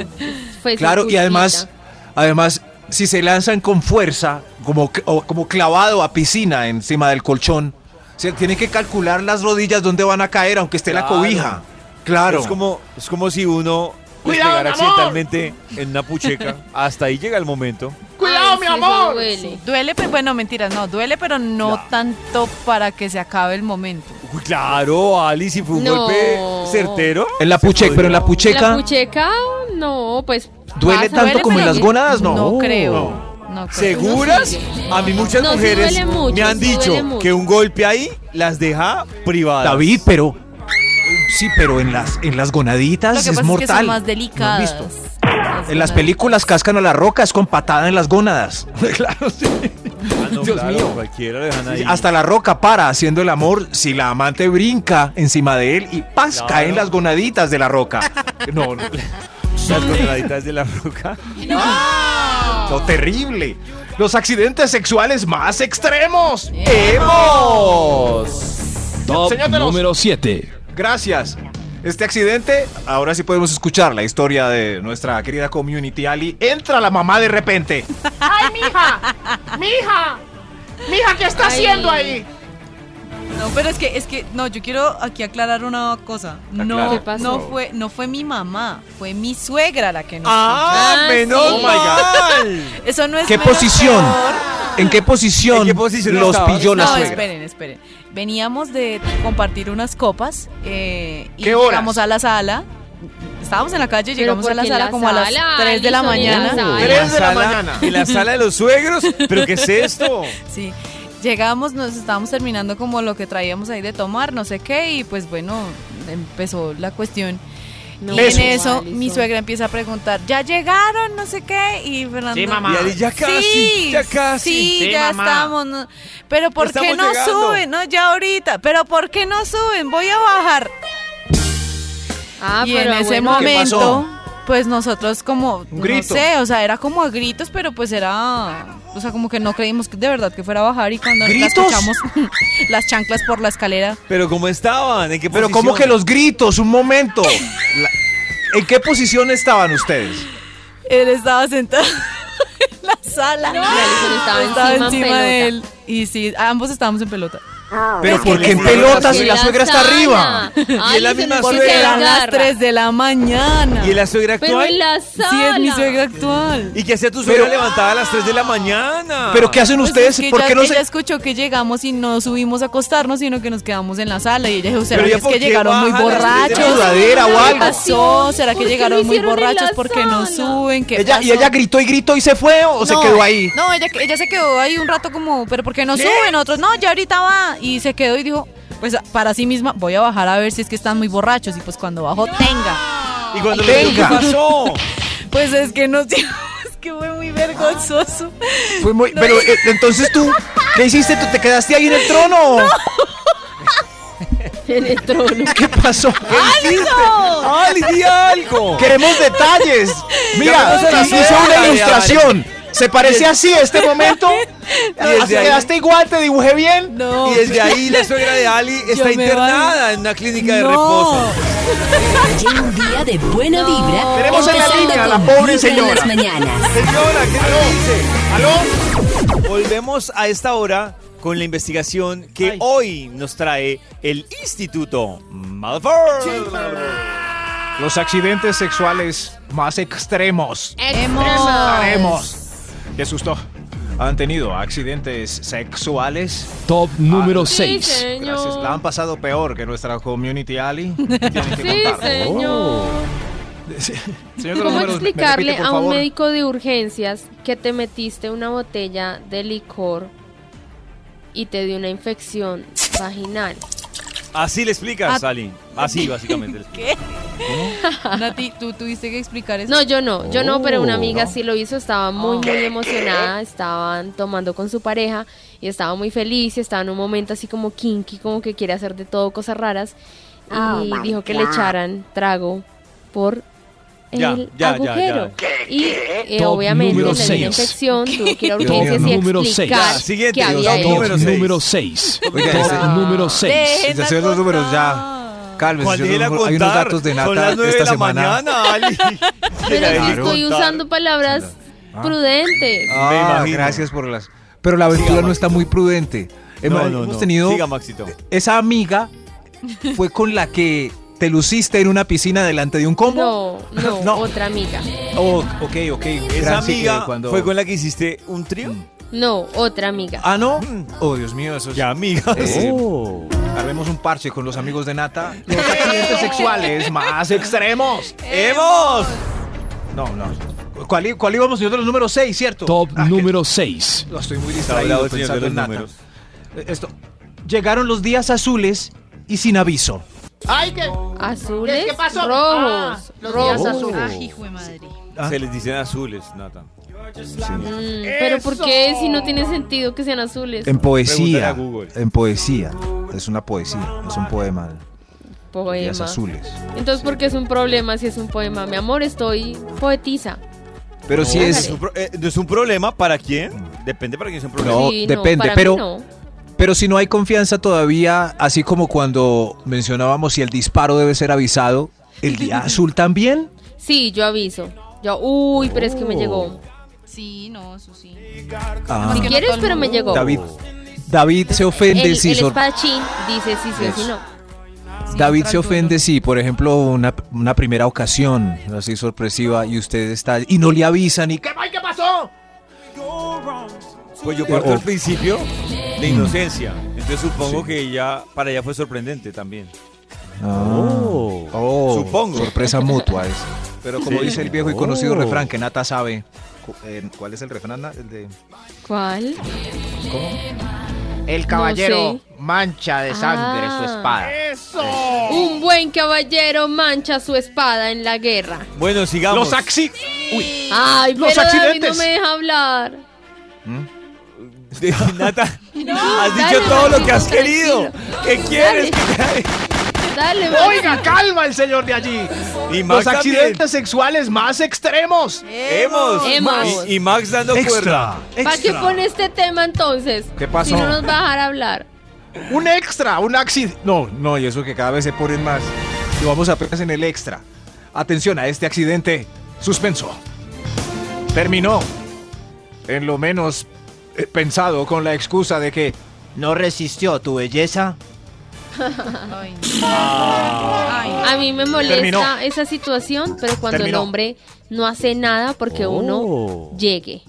[SPEAKER 9] fue
[SPEAKER 7] Claro, y
[SPEAKER 9] circuncida.
[SPEAKER 7] además, además, si se lanzan con fuerza, como, c- o como clavado a piscina encima del colchón, se tienen que calcular las rodillas donde van a caer, aunque esté la
[SPEAKER 6] Claro.
[SPEAKER 7] cobija. Claro.
[SPEAKER 6] Es como, es como si uno pues,
[SPEAKER 7] Cuidado,
[SPEAKER 6] pegara
[SPEAKER 7] mi amor.
[SPEAKER 6] accidentalmente en una pucheca. Hasta ahí llega el momento.
[SPEAKER 4] ¡Cuidado,
[SPEAKER 9] mi sí, eso amor! duele.
[SPEAKER 4] Duele, pero bueno, mentiras, no, duele, pero no tanto para que se acabe el momento.
[SPEAKER 6] Uy, claro, Alice, y fue un
[SPEAKER 9] No.
[SPEAKER 6] golpe certero.
[SPEAKER 7] En la pucheca, pero en la
[SPEAKER 9] La
[SPEAKER 7] pucheca
[SPEAKER 9] pucheca, no, pues.
[SPEAKER 7] duele
[SPEAKER 9] pasa,
[SPEAKER 7] tanto como en
[SPEAKER 9] pero-
[SPEAKER 7] las gónadas, no.
[SPEAKER 4] No creo. No creo.
[SPEAKER 6] ¿Seguras? A mí muchas
[SPEAKER 9] No, sí
[SPEAKER 6] mujeres
[SPEAKER 9] duele mucho,
[SPEAKER 6] me han
[SPEAKER 9] sí duele
[SPEAKER 6] dicho
[SPEAKER 9] mucho.
[SPEAKER 6] que un golpe ahí las deja privadas.
[SPEAKER 7] Oh, David, pero sí, pero en las en las
[SPEAKER 4] Lo
[SPEAKER 7] gonaditas
[SPEAKER 4] que
[SPEAKER 7] es
[SPEAKER 4] pasa es que
[SPEAKER 7] mortal.
[SPEAKER 4] son más delicadas.
[SPEAKER 7] visto?
[SPEAKER 4] Las
[SPEAKER 7] En las
[SPEAKER 4] zonas-
[SPEAKER 7] películas cascan a la roca, es con patada en las gónadas. claro, sí.
[SPEAKER 6] Ah, no,
[SPEAKER 7] Dios
[SPEAKER 6] claro,
[SPEAKER 7] mío.
[SPEAKER 6] Cualquiera lo dejan ahí.
[SPEAKER 7] Hasta la roca para haciendo el amor si la amante brinca encima de él y ¡paz!
[SPEAKER 6] Claro.
[SPEAKER 7] caen las gonaditas de la roca. No, no.
[SPEAKER 6] las coronaditas de la roca.
[SPEAKER 7] Lo terrible. Los accidentes sexuales más extremos. ¡Hemos!
[SPEAKER 8] Top
[SPEAKER 7] Señor de los-
[SPEAKER 8] número 7.
[SPEAKER 7] Gracias. Este accidente, ahora sí podemos escuchar la historia de nuestra querida community Ali. Entra la mamá de repente.
[SPEAKER 11] ¡Ay, mija! ¡Mija! ¡Mija, qué está
[SPEAKER 4] Ay.
[SPEAKER 11] haciendo ahí!
[SPEAKER 4] No, pero es que, es que, no, yo quiero aquí aclarar una cosa. No,
[SPEAKER 7] Aclara. ¿Qué pasó?
[SPEAKER 4] no fue, no fue mi mamá, fue mi suegra la que nos.
[SPEAKER 6] ¡Ah,
[SPEAKER 4] puso.
[SPEAKER 6] menos
[SPEAKER 4] sí.
[SPEAKER 6] mal!
[SPEAKER 4] Eso no es
[SPEAKER 7] ¿Qué
[SPEAKER 4] menos
[SPEAKER 7] posición?
[SPEAKER 4] peor.
[SPEAKER 7] ¿En qué posición,
[SPEAKER 6] ¿En qué posición
[SPEAKER 7] los
[SPEAKER 6] estabas?
[SPEAKER 7] pilló la
[SPEAKER 4] no,
[SPEAKER 7] suegra?
[SPEAKER 4] esperen, esperen. Veníamos de compartir unas copas eh, y
[SPEAKER 7] ¿Qué horas?
[SPEAKER 4] llegamos a la sala. Estábamos en la calle, llegamos
[SPEAKER 9] ¿por
[SPEAKER 4] a la
[SPEAKER 9] qué en
[SPEAKER 4] sala
[SPEAKER 9] la
[SPEAKER 4] como a las
[SPEAKER 9] sala,
[SPEAKER 4] 3 de la
[SPEAKER 9] Alison, en la
[SPEAKER 4] mañana.
[SPEAKER 9] sala?
[SPEAKER 6] En
[SPEAKER 9] Tres
[SPEAKER 11] de la
[SPEAKER 6] sala-
[SPEAKER 11] mañana.
[SPEAKER 6] En la sala de los suegros. ¿Pero qué es esto?
[SPEAKER 4] Sí. Llegamos, nos estábamos terminando como lo que traíamos ahí de tomar, no sé qué, y pues bueno, empezó la cuestión.
[SPEAKER 9] No,
[SPEAKER 4] y en
[SPEAKER 9] no,
[SPEAKER 4] eso
[SPEAKER 9] Alison.
[SPEAKER 4] mi suegra empieza a preguntar, ¿ya llegaron? No sé qué, y Fernando...
[SPEAKER 11] Sí, mamá.
[SPEAKER 6] Y Ali, ya casi,
[SPEAKER 4] sí,
[SPEAKER 6] ya casi.
[SPEAKER 4] Sí,
[SPEAKER 11] Sí,
[SPEAKER 4] ya
[SPEAKER 11] mamá.
[SPEAKER 4] estamos. no- Pero ¿por
[SPEAKER 6] Ya
[SPEAKER 4] qué
[SPEAKER 6] estamos
[SPEAKER 4] no
[SPEAKER 6] llegando.
[SPEAKER 4] suben? No, ya ahorita. Pero ¿por qué no suben? Voy a bajar.
[SPEAKER 9] Ah,
[SPEAKER 4] y en
[SPEAKER 9] pero
[SPEAKER 4] ese
[SPEAKER 9] bueno,
[SPEAKER 4] momento,
[SPEAKER 7] pasó?
[SPEAKER 4] pues nosotros como,
[SPEAKER 7] grito.
[SPEAKER 4] no sé, o sea, era como a gritos, pero pues era, o sea, como que no creímos que de verdad que fuera a bajar y cuando la
[SPEAKER 7] ¿Gritos?
[SPEAKER 4] escuchamos las chanclas por la escalera,
[SPEAKER 6] ¿Pero cómo estaban? ¿En qué
[SPEAKER 7] Pero
[SPEAKER 6] posición?
[SPEAKER 7] ¿cómo que los gritos? Un momento. La- ¿En qué posición estaban ustedes?
[SPEAKER 4] él estaba sentado en la sala.
[SPEAKER 9] Y Alison estaba encima en pelota.
[SPEAKER 4] de él. Y sí, ambos estábamos en pelota.
[SPEAKER 7] Pero
[SPEAKER 6] que
[SPEAKER 7] porque en
[SPEAKER 6] la suegra
[SPEAKER 7] pelotas
[SPEAKER 6] está-
[SPEAKER 7] y la suegra está arriba.
[SPEAKER 9] Y
[SPEAKER 6] es la misma
[SPEAKER 4] Porque
[SPEAKER 6] suegra.
[SPEAKER 4] eran las 3 de la mañana.
[SPEAKER 6] ¿Y la suegra
[SPEAKER 9] Pero
[SPEAKER 6] actual?
[SPEAKER 9] en la sala.
[SPEAKER 4] Sí, es mi suegra actual.
[SPEAKER 6] ¿Y qué hacía tu suegra
[SPEAKER 7] Pero-
[SPEAKER 6] levantada a las 3 de la mañana?
[SPEAKER 7] ¿Pero qué hacen
[SPEAKER 9] Ah.
[SPEAKER 4] Pues
[SPEAKER 7] ustedes?
[SPEAKER 4] es que
[SPEAKER 7] ¿Por
[SPEAKER 4] ella,
[SPEAKER 7] qué no
[SPEAKER 4] ella
[SPEAKER 7] se...?
[SPEAKER 4] escuchó que llegamos y no subimos a acostarnos, sino que nos quedamos en la sala. Y ella dijo, ¿será
[SPEAKER 6] Pero
[SPEAKER 4] que
[SPEAKER 6] ya
[SPEAKER 4] es
[SPEAKER 6] ¿por
[SPEAKER 4] que
[SPEAKER 6] qué
[SPEAKER 4] llegaron muy
[SPEAKER 6] bajan las tres de
[SPEAKER 4] borrachos?
[SPEAKER 6] la
[SPEAKER 7] sudadera o
[SPEAKER 4] Ah, ¿Qué
[SPEAKER 7] algo?
[SPEAKER 4] pasó? ¿Será que
[SPEAKER 9] ¿Por qué
[SPEAKER 4] llegaron
[SPEAKER 9] lo
[SPEAKER 4] muy
[SPEAKER 9] hicieron en
[SPEAKER 4] borrachos?
[SPEAKER 9] la
[SPEAKER 4] ¿Por qué no
[SPEAKER 9] sala?
[SPEAKER 4] suben? ¿Qué
[SPEAKER 7] Ella, ¿Y
[SPEAKER 4] pasó?
[SPEAKER 7] ella gritó y gritó y se fue o se
[SPEAKER 4] No,
[SPEAKER 7] quedó ahí?
[SPEAKER 4] No, ella, ella se quedó ahí un rato como, pero ¿por qué no suben otros? No, ya ahorita va. Y se quedó y dijo, pues para sí misma, voy a bajar a ver si es que están muy borrachos. Y pues cuando bajo, tenga.
[SPEAKER 6] ¿Y cuando
[SPEAKER 7] Venga.
[SPEAKER 6] le ¿qué pasó?
[SPEAKER 4] Pues es que no, es que fue muy vergonzoso.
[SPEAKER 7] Fue muy-
[SPEAKER 4] No.
[SPEAKER 7] Pero eh, entonces tú, ¿qué hiciste? ¿Tú te quedaste ahí en el trono?
[SPEAKER 9] En el trono.
[SPEAKER 7] ¿Qué pasó?
[SPEAKER 6] ¡Ali, di algo!
[SPEAKER 7] Queremos detalles. Mira,
[SPEAKER 6] Llamemos a la
[SPEAKER 7] hizo
[SPEAKER 6] suegra.
[SPEAKER 7] una ilustración. Se parece así este momento.
[SPEAKER 6] No, desde
[SPEAKER 7] Así
[SPEAKER 6] ahí-
[SPEAKER 7] quedaste igual, te dibujé bien.
[SPEAKER 4] No.
[SPEAKER 6] Y desde ahí la suegra de Ali está
[SPEAKER 4] me
[SPEAKER 6] internada en una clínica de
[SPEAKER 4] No.
[SPEAKER 6] reposo.
[SPEAKER 1] Lleva un día de buena vibra.
[SPEAKER 7] Tenemos en la
[SPEAKER 1] empezando
[SPEAKER 7] línea a la
[SPEAKER 1] con
[SPEAKER 7] pobre
[SPEAKER 1] Vibra en
[SPEAKER 7] señora.
[SPEAKER 1] las mañanas.
[SPEAKER 6] Señora, ¿qué le dice? Volvemos a esta hora con la investigación que
[SPEAKER 10] Ay.
[SPEAKER 6] hoy nos trae el Instituto Malfour.
[SPEAKER 7] Los accidentes sexuales más extremos. Qué susto. ¿Han tenido accidentes sexuales?
[SPEAKER 8] Top número
[SPEAKER 9] Sí,
[SPEAKER 8] 6.
[SPEAKER 7] Gracias. La han
[SPEAKER 9] señor.
[SPEAKER 7] pasado peor que nuestra community Ali. Tienen que
[SPEAKER 9] Sí,
[SPEAKER 7] contar.
[SPEAKER 9] señor.
[SPEAKER 7] Señor de los
[SPEAKER 9] ¿Cómo
[SPEAKER 7] números, me- me
[SPEAKER 9] explicarle
[SPEAKER 7] repite, por
[SPEAKER 9] a un
[SPEAKER 7] favor.
[SPEAKER 9] médico de urgencias que te metiste una botella de licor y te dio una infección vaginal?
[SPEAKER 6] Así le explicas,
[SPEAKER 4] Ah.
[SPEAKER 6] Ali. Así, básicamente. le explicas.
[SPEAKER 9] Ah.
[SPEAKER 4] Nati, tú tuviste que explicar eso.
[SPEAKER 9] No, yo no, yo no, pero una amiga
[SPEAKER 6] Oh, no.
[SPEAKER 9] sí lo hizo, estaba muy,
[SPEAKER 4] Oh.
[SPEAKER 9] muy emocionada, estaban tomando con su pareja y estaba muy feliz y estaba en un momento así como kinky, como que quiere hacer de todo, cosas raras. Y dijo que le echaran trago por el
[SPEAKER 6] Ya, ya, ya,
[SPEAKER 9] agujero. Y eh,
[SPEAKER 8] Top
[SPEAKER 9] obviamente
[SPEAKER 8] número
[SPEAKER 9] le dio una
[SPEAKER 8] seis.
[SPEAKER 9] infección, tuvo que ir a
[SPEAKER 8] Dios mío,
[SPEAKER 9] urgencias y
[SPEAKER 8] número seis.
[SPEAKER 9] explicar
[SPEAKER 6] Ya, siguiente,
[SPEAKER 9] que
[SPEAKER 6] Dios
[SPEAKER 9] había
[SPEAKER 6] mío.
[SPEAKER 9] hecho.
[SPEAKER 8] Top
[SPEAKER 6] Número
[SPEAKER 8] número 6.
[SPEAKER 7] Oiga, ese-
[SPEAKER 8] Top número 6.
[SPEAKER 4] Dejen
[SPEAKER 7] Ya se ven los números ya. Cálmese,
[SPEAKER 6] ¿Cuál
[SPEAKER 7] señor,
[SPEAKER 6] déjela
[SPEAKER 7] hay unos
[SPEAKER 6] contar?
[SPEAKER 7] datos de
[SPEAKER 6] Son
[SPEAKER 7] nata
[SPEAKER 6] las 9 de
[SPEAKER 7] esta
[SPEAKER 6] la
[SPEAKER 7] semana.
[SPEAKER 6] mañana, Ali.
[SPEAKER 9] Pero
[SPEAKER 6] Déjela
[SPEAKER 9] si
[SPEAKER 6] de
[SPEAKER 9] estoy
[SPEAKER 6] contar.
[SPEAKER 9] usando palabras
[SPEAKER 6] Ah.
[SPEAKER 9] prudentes.
[SPEAKER 7] Me imagino. Ah, Gracias por las. Pero la aventura no está muy prudente. Hemos,
[SPEAKER 6] No, no,
[SPEAKER 7] Eh, hemos
[SPEAKER 6] no.
[SPEAKER 7] tenido. eh,
[SPEAKER 6] Siga, Maxito.
[SPEAKER 7] Esa amiga fue con la que te luciste en una piscina delante de un combo.
[SPEAKER 9] No, no, otra amiga.
[SPEAKER 7] Oh, ok, ok.
[SPEAKER 6] Esa
[SPEAKER 7] Gracias,
[SPEAKER 6] amiga
[SPEAKER 7] eh, cuando- Mm.
[SPEAKER 6] fue con la que hiciste un trío.
[SPEAKER 9] No, otra amiga.
[SPEAKER 7] Ah, no. Oh, Dios mío, eso Ya,
[SPEAKER 6] amigas.
[SPEAKER 7] Oh. Armemos un parche con los amigos de Nata. Los accidentes sexuales más extremos.
[SPEAKER 6] ¡Hemos!
[SPEAKER 7] No, no. ¿Cuál, i- cuál íbamos, señor de los números 6, cierto? Ah,
[SPEAKER 8] Top número 6.
[SPEAKER 7] No, estoy muy
[SPEAKER 8] Está
[SPEAKER 7] distraído
[SPEAKER 8] hablado el señor
[SPEAKER 7] pensando
[SPEAKER 8] de los
[SPEAKER 7] en Nata.
[SPEAKER 8] números.
[SPEAKER 7] Eh, Esto. Llegaron los días azules y sin aviso.
[SPEAKER 11] Ay, que.
[SPEAKER 9] Azules,
[SPEAKER 11] ¿Qué, qué pasó?
[SPEAKER 9] rojos,
[SPEAKER 11] Ah, los
[SPEAKER 9] rojos.
[SPEAKER 11] días azules.
[SPEAKER 4] Ay, hijo de madre.
[SPEAKER 7] Ah.
[SPEAKER 6] Se les dicen azules, Nata.
[SPEAKER 11] Ah,
[SPEAKER 9] Mm, Pero ¿por qué si no tiene sentido que sean azules?
[SPEAKER 6] Pregúntale
[SPEAKER 7] En
[SPEAKER 6] a
[SPEAKER 7] poesía.
[SPEAKER 6] Google.
[SPEAKER 7] En poesía. Es una poesía. Es un poema.
[SPEAKER 9] Poema.
[SPEAKER 7] Días azules.
[SPEAKER 9] Entonces, ¿por qué es un problema si es un poema? Mi amor, estoy poetiza.
[SPEAKER 7] Pero si
[SPEAKER 6] No,
[SPEAKER 7] es.
[SPEAKER 6] un pro- eh, ¿no es un problema para quién? Depende para quién es un problema.
[SPEAKER 7] No,
[SPEAKER 9] Sí,
[SPEAKER 7] depende,
[SPEAKER 9] para mí
[SPEAKER 7] pero.
[SPEAKER 9] no.
[SPEAKER 7] Pero si no hay confianza todavía, así como cuando mencionábamos si el disparo debe ser avisado, el día azul también.
[SPEAKER 9] Sí, yo aviso. Yo, uy, pero es que me
[SPEAKER 7] Oh.
[SPEAKER 9] llegó.
[SPEAKER 4] Sí, no, eso sí.
[SPEAKER 7] Ah.
[SPEAKER 9] Si quieres, pero me llegó.
[SPEAKER 7] David, David se
[SPEAKER 9] el,
[SPEAKER 7] ofende
[SPEAKER 9] el
[SPEAKER 7] si sor-
[SPEAKER 9] espadachín dice sí, sí, o sí,
[SPEAKER 7] Eso.
[SPEAKER 9] no.
[SPEAKER 7] David se ofende si, por ejemplo, una, una primera ocasión así sorpresiva y usted está y no le avisan y
[SPEAKER 11] ¿Qué, ay, qué pasó?
[SPEAKER 6] Pues yo parto
[SPEAKER 7] Oh.
[SPEAKER 6] al principio de
[SPEAKER 7] Mm.
[SPEAKER 6] inocencia. Entonces supongo que ella, para ella fue sorprendente también.
[SPEAKER 7] Oh. Oh,
[SPEAKER 6] Supongo.
[SPEAKER 7] sorpresa mutua es. Pero como
[SPEAKER 6] Sí.
[SPEAKER 7] dice el viejo y conocido
[SPEAKER 6] Oh.
[SPEAKER 7] refrán que Nata sabe, cu- eh, ¿cuál es el refrán? Nat? El de
[SPEAKER 9] ¿Cuál?
[SPEAKER 10] El caballero
[SPEAKER 9] No
[SPEAKER 10] mancha de sangre
[SPEAKER 9] Ah.
[SPEAKER 10] su espada.
[SPEAKER 3] Eh,
[SPEAKER 9] Un buen caballero mancha su espada en la guerra.
[SPEAKER 6] Bueno, sigamos.
[SPEAKER 10] Los axi-
[SPEAKER 9] Ay,
[SPEAKER 10] Los
[SPEAKER 9] pero David no
[SPEAKER 10] accidentes.
[SPEAKER 9] me deja hablar.
[SPEAKER 6] Nata, has
[SPEAKER 9] dale,
[SPEAKER 6] dicho todo lo
[SPEAKER 9] Maxito,
[SPEAKER 6] que has querido. ¿Qué quieres?
[SPEAKER 9] Dale,
[SPEAKER 10] Oiga, calma el señor de allí.
[SPEAKER 6] Y Max
[SPEAKER 10] Los
[SPEAKER 6] también.
[SPEAKER 10] accidentes sexuales más extremos.
[SPEAKER 6] Hemos.
[SPEAKER 9] Hemos.
[SPEAKER 6] Y, y Max dando cuerda.
[SPEAKER 9] ¿Para qué pone este tema entonces?
[SPEAKER 7] ¿Qué pasó?
[SPEAKER 9] Si no nos va a dejar hablar.
[SPEAKER 10] Un extra, un accidente.
[SPEAKER 7] No, no, y eso que cada vez se ponen más. Lo vamos apenas en el extra. Atención a este accidente. Suspenso. Terminó. En lo menos eh, pensado con la excusa de que
[SPEAKER 10] No resistió tu belleza.
[SPEAKER 4] Ay, no. Ay,
[SPEAKER 9] A mí me molesta
[SPEAKER 10] Terminó.
[SPEAKER 9] esa situación, pero cuando
[SPEAKER 10] Terminó.
[SPEAKER 9] el hombre no hace nada porque
[SPEAKER 7] Oh.
[SPEAKER 9] uno llegue.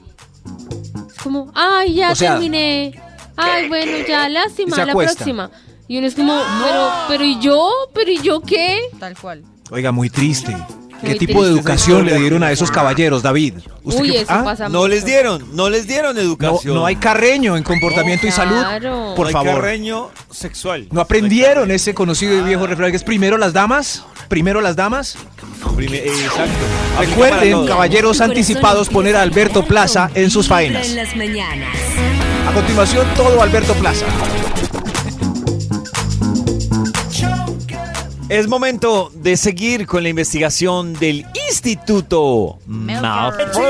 [SPEAKER 9] Es como, ay, ya
[SPEAKER 7] O sea,
[SPEAKER 9] terminé. Ay, bueno, ya,
[SPEAKER 7] Y
[SPEAKER 9] lástima,
[SPEAKER 7] se
[SPEAKER 9] la
[SPEAKER 7] acuesta.
[SPEAKER 9] próxima. Y uno es como, pero, pero ¿y yo? ¿Pero y yo qué?
[SPEAKER 4] tal cual.
[SPEAKER 7] Oiga, muy triste. ¿Qué
[SPEAKER 9] Muy
[SPEAKER 7] tipo de
[SPEAKER 9] triste.
[SPEAKER 7] educación le dieron a esos caballeros, David?
[SPEAKER 9] Uy,
[SPEAKER 7] qué-
[SPEAKER 9] eso
[SPEAKER 7] ¿Ah?
[SPEAKER 9] pasa
[SPEAKER 6] No
[SPEAKER 9] mucho.
[SPEAKER 6] les dieron, no les dieron
[SPEAKER 7] No,
[SPEAKER 6] educación.
[SPEAKER 7] no hay carreño en comportamiento y salud.
[SPEAKER 9] Claro.
[SPEAKER 7] Por
[SPEAKER 6] No hay
[SPEAKER 7] favor.
[SPEAKER 6] carreño sexual.
[SPEAKER 7] ¿No aprendieron ese conocido y viejo refrán que es primero las damas? Primero las damas.
[SPEAKER 6] Prime- eh, exacto. Aplica para
[SPEAKER 7] Recuerden,
[SPEAKER 6] todos.
[SPEAKER 7] caballeros
[SPEAKER 1] Tu corazón
[SPEAKER 7] anticipados, poner a Alberto Plaza en sus faenas.
[SPEAKER 1] En las mañanas.
[SPEAKER 7] A continuación, todo Alberto Plaza.
[SPEAKER 6] Es momento de seguir con la investigación del Instituto Malfoy.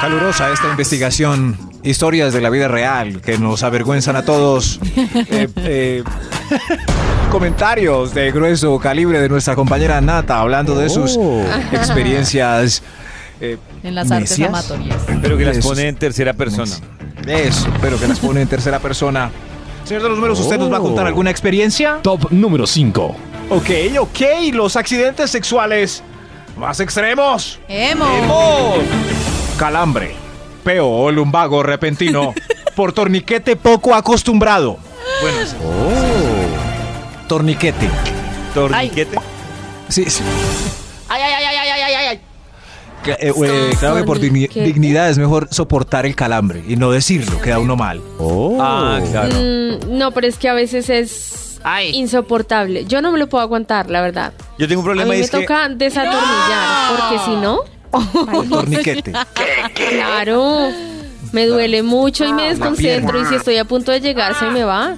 [SPEAKER 7] Calurosa esta investigación. Historias de la vida real que nos avergüenzan a todos. Eh, eh, comentarios de grueso calibre de nuestra compañera Nata hablando de sus
[SPEAKER 6] Oh.
[SPEAKER 7] experiencias. eh,
[SPEAKER 4] En las artes
[SPEAKER 7] ¿necias?
[SPEAKER 4] amatorias.
[SPEAKER 6] Pero que las
[SPEAKER 7] De sus-
[SPEAKER 6] pone en tercera persona.
[SPEAKER 7] Eso, pero que las pone en tercera persona. Señor de los números, ¿usted nos va a contar
[SPEAKER 8] Oh.
[SPEAKER 7] alguna experiencia?
[SPEAKER 8] Top número 5.
[SPEAKER 7] Ok, ok, los accidentes sexuales más extremos.
[SPEAKER 4] Hemos.
[SPEAKER 7] Calambre, peo o lumbago repentino por torniquete poco acostumbrado. Bueno, sí. Oh. torniquete.
[SPEAKER 6] Torniquete.
[SPEAKER 7] Sí, sí.
[SPEAKER 11] Ay, ay, ay, ay, ay, ay, ay, ay.
[SPEAKER 7] Cla- eh, eh, claro que por digni-
[SPEAKER 9] Torniquete.
[SPEAKER 7] dignidad es mejor soportar el calambre y no decirlo, queda uno mal. Oh.
[SPEAKER 6] Ah, claro.
[SPEAKER 9] Mm, no, pero es que a veces es
[SPEAKER 11] Ay.
[SPEAKER 9] insoportable. Yo no me lo puedo aguantar, la verdad.
[SPEAKER 6] Yo tengo un
[SPEAKER 9] A
[SPEAKER 6] problema
[SPEAKER 9] mí
[SPEAKER 6] y
[SPEAKER 9] me
[SPEAKER 6] es que
[SPEAKER 9] toca desatornillar, porque si no,
[SPEAKER 7] El torniquete.
[SPEAKER 9] claro, me duele mucho y me desconcentro. Y si estoy a punto de llegar, se me va.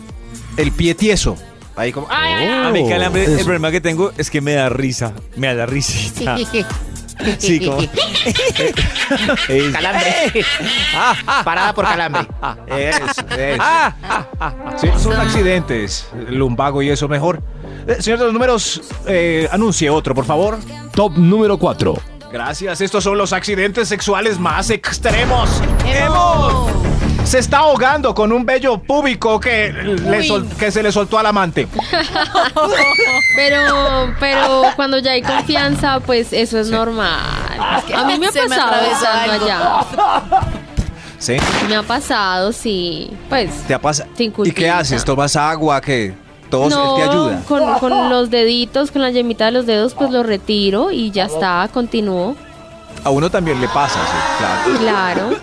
[SPEAKER 7] El pie tieso. Ahí como. Ah,
[SPEAKER 6] a mí calambre, el
[SPEAKER 7] Eso.
[SPEAKER 6] problema que tengo es que me da risa, me da
[SPEAKER 7] Ah,
[SPEAKER 6] risita. Sí, como Es-
[SPEAKER 10] Calambre. Parada
[SPEAKER 3] Ah,
[SPEAKER 10] por calambre.
[SPEAKER 7] Eso, eso. Sí, son accidentes. Lumbago y eso mejor. Eh, señor de los números, eh, anuncie otro, por favor.
[SPEAKER 8] Top número 4.
[SPEAKER 7] Gracias, estos son los accidentes sexuales más extremos. Se está ahogando con un bello púbico que, le
[SPEAKER 9] Uy.
[SPEAKER 7] sol- que se le soltó al amante.
[SPEAKER 9] pero, pero cuando ya hay confianza, pues eso es normal. A mí me ha
[SPEAKER 4] Se me
[SPEAKER 9] pasado
[SPEAKER 4] atravesó
[SPEAKER 9] estando
[SPEAKER 4] algo.
[SPEAKER 9] allá.
[SPEAKER 7] ¿Sí?
[SPEAKER 9] Me ha pasado, sí. Pues.
[SPEAKER 7] ¿Te ha pasado?
[SPEAKER 9] Sin
[SPEAKER 7] ¿Y qué
[SPEAKER 9] culpita.
[SPEAKER 7] haces? ¿Tomas agua? ¿Qué? ¿Todos
[SPEAKER 9] no,
[SPEAKER 7] él te ayuda?
[SPEAKER 9] Con, con los deditos, con la yemita de los dedos, pues lo retiro y ya está, continúo.
[SPEAKER 7] A uno también le pasa, sí, claro.
[SPEAKER 9] Claro.